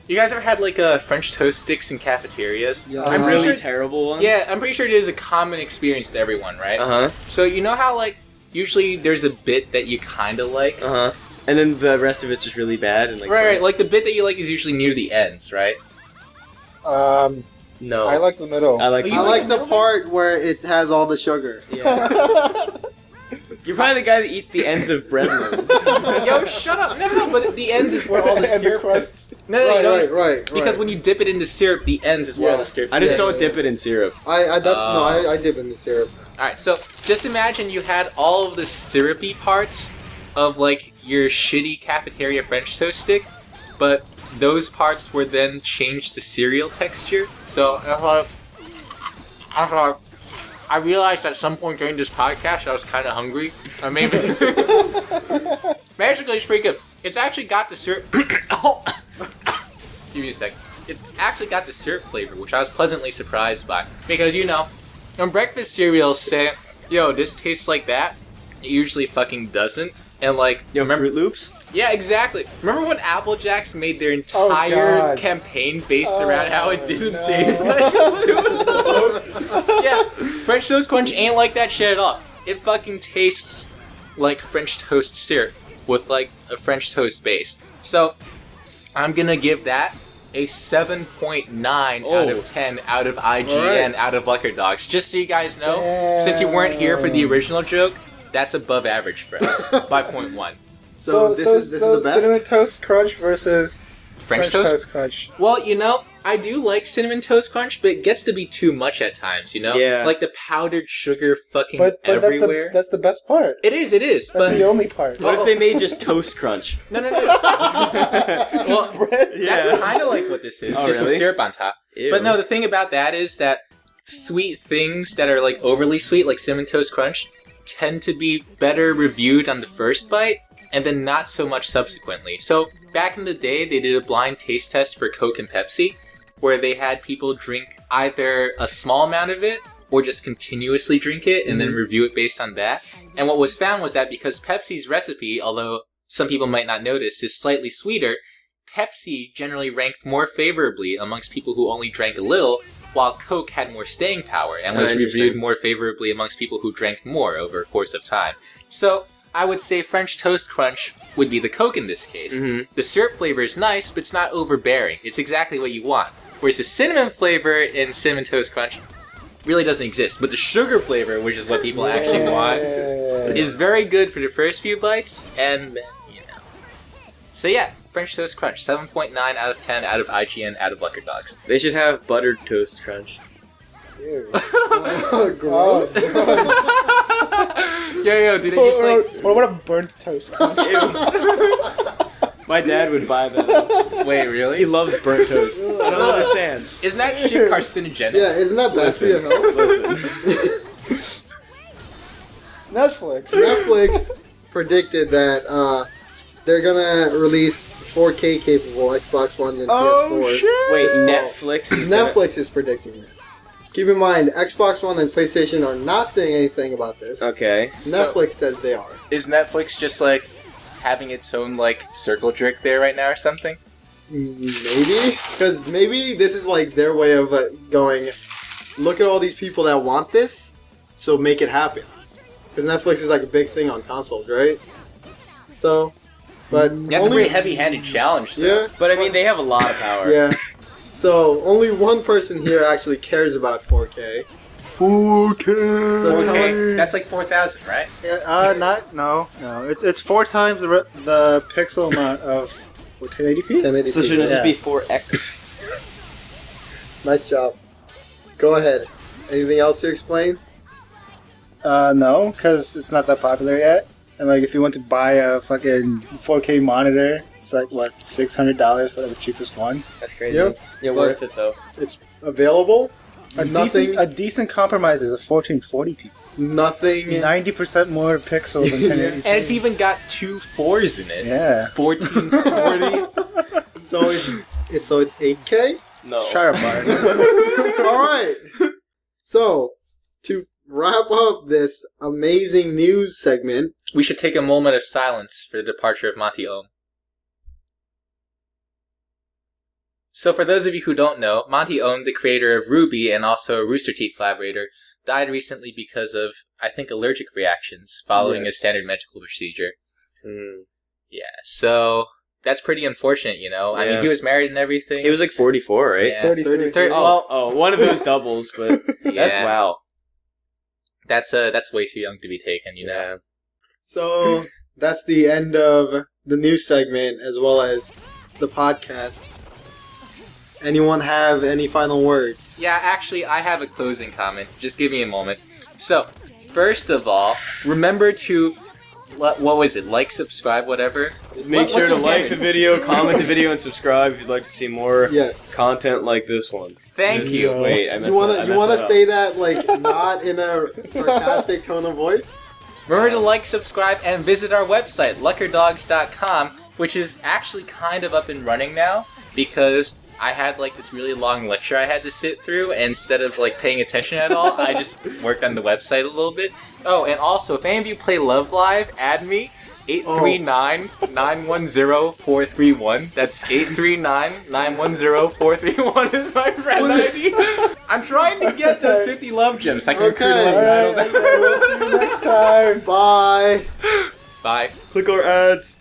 [SPEAKER 2] you guys ever had like uh, French toast sticks in cafeterias?
[SPEAKER 3] Yeah.
[SPEAKER 2] I'm pretty
[SPEAKER 4] really
[SPEAKER 2] sure.
[SPEAKER 4] terrible ones.
[SPEAKER 2] yeah, I'm pretty sure it is a common experience to everyone, right?
[SPEAKER 4] Uh huh.
[SPEAKER 2] So you know how like usually there's a bit that you kind of like.
[SPEAKER 4] Uh huh. And then the rest of it's just really bad and like.
[SPEAKER 2] Right, right, like the bit that you like is usually near the ends, right?
[SPEAKER 5] Um,
[SPEAKER 4] No.
[SPEAKER 5] I like the middle.
[SPEAKER 4] I like.
[SPEAKER 2] Oh,
[SPEAKER 3] it. I like the part where it has all the sugar.
[SPEAKER 4] Yeah. You're probably the guy that eats the ends of bread loaves.
[SPEAKER 2] Yo, shut up! No, no, no. But the ends is where all the
[SPEAKER 5] and the
[SPEAKER 2] syrup. comes-
[SPEAKER 5] crusts.
[SPEAKER 2] no, no, no, you
[SPEAKER 3] right,
[SPEAKER 2] don't-
[SPEAKER 3] right, right,
[SPEAKER 2] Because
[SPEAKER 3] right.
[SPEAKER 2] when you dip it in the syrup, the ends is where all
[SPEAKER 3] Yeah.
[SPEAKER 2] the syrup.
[SPEAKER 4] I just
[SPEAKER 2] sits.
[SPEAKER 4] don't dip it in syrup.
[SPEAKER 3] I, I that's no,
[SPEAKER 2] Uh,
[SPEAKER 3] I, I dip in the syrup.
[SPEAKER 2] All right, so just imagine you had all of the syrupy parts of like your shitty cafeteria French toast stick, but those parts were then changed to cereal texture. So I thought, I thought, I realized at some point during this podcast I was kind of hungry. I mean, basically, it's pretty good. It's actually got the syrup. oh, give me a sec. It's actually got the syrup flavor, which I was pleasantly surprised by because you know. When breakfast cereals say, yo, this tastes like that, it usually fucking doesn't. And like,
[SPEAKER 4] You know,
[SPEAKER 2] remember?
[SPEAKER 4] Fruit Loops.
[SPEAKER 2] Yeah, exactly. Remember when Apple Jacks made their
[SPEAKER 5] Oh,
[SPEAKER 2] entire
[SPEAKER 5] God. Oh,
[SPEAKER 2] campaign based around how it didn't
[SPEAKER 5] no.
[SPEAKER 2] taste like what it was supposed to? Yeah, French Toast Crunch ain't like that shit at all. It fucking tastes like French toast syrup with like a French toast base. So, I'm gonna give that a 7.9 out
[SPEAKER 4] Oh.
[SPEAKER 2] of 10 out of IGN
[SPEAKER 3] Alright.
[SPEAKER 2] out of Lucker Dogs. Just so you guys know, since you weren't here for the
[SPEAKER 5] Damn.
[SPEAKER 2] original joke, that's above average for us by 0.1.
[SPEAKER 3] So, this is this
[SPEAKER 5] so
[SPEAKER 3] is the best.
[SPEAKER 5] Cinnamon toast crunch versus
[SPEAKER 2] French, toast?
[SPEAKER 5] crunch.
[SPEAKER 2] Well, you know, I do like cinnamon toast crunch, but it gets to be too much at times. You know,
[SPEAKER 4] Yeah.
[SPEAKER 2] like the powdered sugar fucking
[SPEAKER 5] But, but that's the
[SPEAKER 2] everywhere.
[SPEAKER 5] that's the best part.
[SPEAKER 2] it is, it is,
[SPEAKER 5] That's
[SPEAKER 2] but
[SPEAKER 5] the only part.
[SPEAKER 4] What if they made
[SPEAKER 2] Oh.
[SPEAKER 4] just toast crunch?
[SPEAKER 2] no, no, no. well,
[SPEAKER 5] Bread.
[SPEAKER 4] Yeah.
[SPEAKER 2] that's kind of like what this is,
[SPEAKER 4] Oh,
[SPEAKER 2] just
[SPEAKER 4] really?
[SPEAKER 2] with syrup on top.
[SPEAKER 4] Ew.
[SPEAKER 2] But no, the thing about that is that sweet things that are like overly sweet, like cinnamon toast crunch, tend to be better reviewed on the first bite and then not so much subsequently. So back in the day, they did a blind taste test for Coke and Pepsi, where they had people drink either a small amount of it or just continuously drink it and then review it based on that. And what was found was that because Pepsi's recipe, although some people might not notice, is slightly sweeter, Pepsi generally ranked more favorably amongst people who only drank a little, while Coke had more staying power and
[SPEAKER 4] Oh,
[SPEAKER 2] was
[SPEAKER 4] interesting.
[SPEAKER 2] reviewed more favorably amongst people who drank more over a course of time. So I would say French Toast Crunch would be the Coke in this case.
[SPEAKER 4] Mhm.
[SPEAKER 2] The syrup flavor is nice, but it's not overbearing. It's exactly what you want. Whereas the cinnamon flavor in Cinnamon Toast Crunch really doesn't exist. But the sugar flavor, which is what people actually want,
[SPEAKER 5] Yeah.
[SPEAKER 2] is very good for the first few bites, and then, you know. So yeah, French Toast Crunch, 7.9 out of 10 out of IGN, out of Lucker Dogs.
[SPEAKER 4] They should have buttered toast crunch.
[SPEAKER 5] Ew.
[SPEAKER 3] Gross.
[SPEAKER 5] Oh, gross.
[SPEAKER 2] yo, yo, did it
[SPEAKER 5] Or,
[SPEAKER 2] just
[SPEAKER 5] or,
[SPEAKER 2] like.
[SPEAKER 5] or what a burnt toast. crunch.
[SPEAKER 4] My dad would buy that.
[SPEAKER 2] Wait,
[SPEAKER 4] He
[SPEAKER 2] really?
[SPEAKER 4] loves burnt toast. I don't understand.
[SPEAKER 2] Isn't that shit carcinogenic?
[SPEAKER 3] Yeah, isn't that bad for your health?
[SPEAKER 4] Listen.
[SPEAKER 5] Netflix.
[SPEAKER 3] Netflix predicted that uh, they're gonna release 4K capable Xbox One and
[SPEAKER 5] Oh,
[SPEAKER 3] PS4s.
[SPEAKER 4] Wait, Netflix is gonna-
[SPEAKER 3] Netflix is predicting this. Keep in mind, Xbox One and PlayStation are not saying anything about this.
[SPEAKER 2] Uh,
[SPEAKER 4] Okay.
[SPEAKER 3] Netflix says they are.
[SPEAKER 2] Is Netflix just like having its own like circle jerk there right now or something?
[SPEAKER 3] Mm, Maybe because maybe this is like their way of uh, going. Look at all these people that want this, so make it happen. Because Netflix is like a big thing on consoles, right? So, but
[SPEAKER 2] Mm, That's
[SPEAKER 3] only,
[SPEAKER 2] a pretty heavy-handed challenge. Though.
[SPEAKER 3] yeah.
[SPEAKER 4] But I mean, they have a lot of power.
[SPEAKER 3] Yeah. So only one person here actually cares about 4K.
[SPEAKER 5] 4K.
[SPEAKER 3] So tell us-
[SPEAKER 2] Okay, that's like four thousand, right?
[SPEAKER 5] Uh, not no, no. It's it's four times the, re- the pixel amount of what, 1080p.
[SPEAKER 3] 1080p.
[SPEAKER 4] So should this
[SPEAKER 5] Yeah.
[SPEAKER 4] be 4X?
[SPEAKER 3] Nice job. Go ahead. Anything else to explain?
[SPEAKER 5] Uh, no, because it's not that popular yet. And like, if you want to buy a fucking 4K monitor, it's like what six hundred dollars for the cheapest one.
[SPEAKER 4] That's crazy.
[SPEAKER 3] Yep.
[SPEAKER 4] Yeah,
[SPEAKER 3] But-
[SPEAKER 4] worth it though.
[SPEAKER 3] It's available.
[SPEAKER 5] A
[SPEAKER 3] Nothing-
[SPEAKER 5] decent a decent compromise is a 1440p.
[SPEAKER 3] Nothing.
[SPEAKER 5] Ninety percent more pixels than 1080p.
[SPEAKER 2] And it's even got two fours in it.
[SPEAKER 5] yeah,
[SPEAKER 2] Fourteen.
[SPEAKER 3] 40. so it's, it's so it's 8K.
[SPEAKER 4] No.
[SPEAKER 5] sharp bar.
[SPEAKER 3] All right. So to wrap up this amazing news segment,
[SPEAKER 2] we should take a moment of silence for the departure of Monty Ohm. So, for those of you who don't know, Monty Ohm, the creator of Ruby and also a Rooster Teeth collaborator, died recently because of, I think, allergic reactions following a
[SPEAKER 5] Yes.
[SPEAKER 2] standard medical procedure.
[SPEAKER 4] Hmm.
[SPEAKER 2] Yeah, so that's pretty unfortunate, you know. I mean,
[SPEAKER 4] Yeah.
[SPEAKER 2] he was married and everything.
[SPEAKER 4] He was like 44, right?
[SPEAKER 2] Yeah.
[SPEAKER 5] 33.
[SPEAKER 2] Thir-
[SPEAKER 4] Oh,
[SPEAKER 2] well,
[SPEAKER 4] oh, one of those doubles, but that's
[SPEAKER 2] Yeah.
[SPEAKER 4] wow.
[SPEAKER 2] that's uh, that's way too young to be taken, you know.
[SPEAKER 4] Yeah.
[SPEAKER 3] So that's the end of the news segment as well as the podcast. Anyone have any final words?
[SPEAKER 2] Yeah, actually, I have a closing comment. Just give me a moment. So, first of all, remember to what, what was it? Like, subscribe, whatever. What-
[SPEAKER 4] Make
[SPEAKER 2] what's
[SPEAKER 4] sure to
[SPEAKER 2] the
[SPEAKER 4] like the
[SPEAKER 2] standard?
[SPEAKER 4] video, comment the video, and subscribe if you'd like to see more
[SPEAKER 3] Yes.
[SPEAKER 4] content like this one.
[SPEAKER 2] Thank
[SPEAKER 4] This-
[SPEAKER 2] you.
[SPEAKER 4] Wait, I messed
[SPEAKER 3] You wanna
[SPEAKER 4] that- I
[SPEAKER 3] you
[SPEAKER 4] messed
[SPEAKER 3] wanna
[SPEAKER 4] that up.
[SPEAKER 3] say that like not in a sarcastic tone of voice?
[SPEAKER 2] Remember to like, subscribe, and visit our website, luckerdogs.com, which is actually kind of up and running now because I had like this really long lecture I had to sit through, and instead of like paying attention at all, I just worked on the website a little bit. Oh, and also, if any of you play Love Live, add me. 839 910 431. That's 839 910 431 is my friend ID. I'm trying to get those 50 love gems. I can recruit
[SPEAKER 3] Okay,
[SPEAKER 2] 11
[SPEAKER 5] All right,
[SPEAKER 2] idols.
[SPEAKER 5] we'll see you next time.
[SPEAKER 3] Bye.
[SPEAKER 2] Bye.
[SPEAKER 4] click our ads.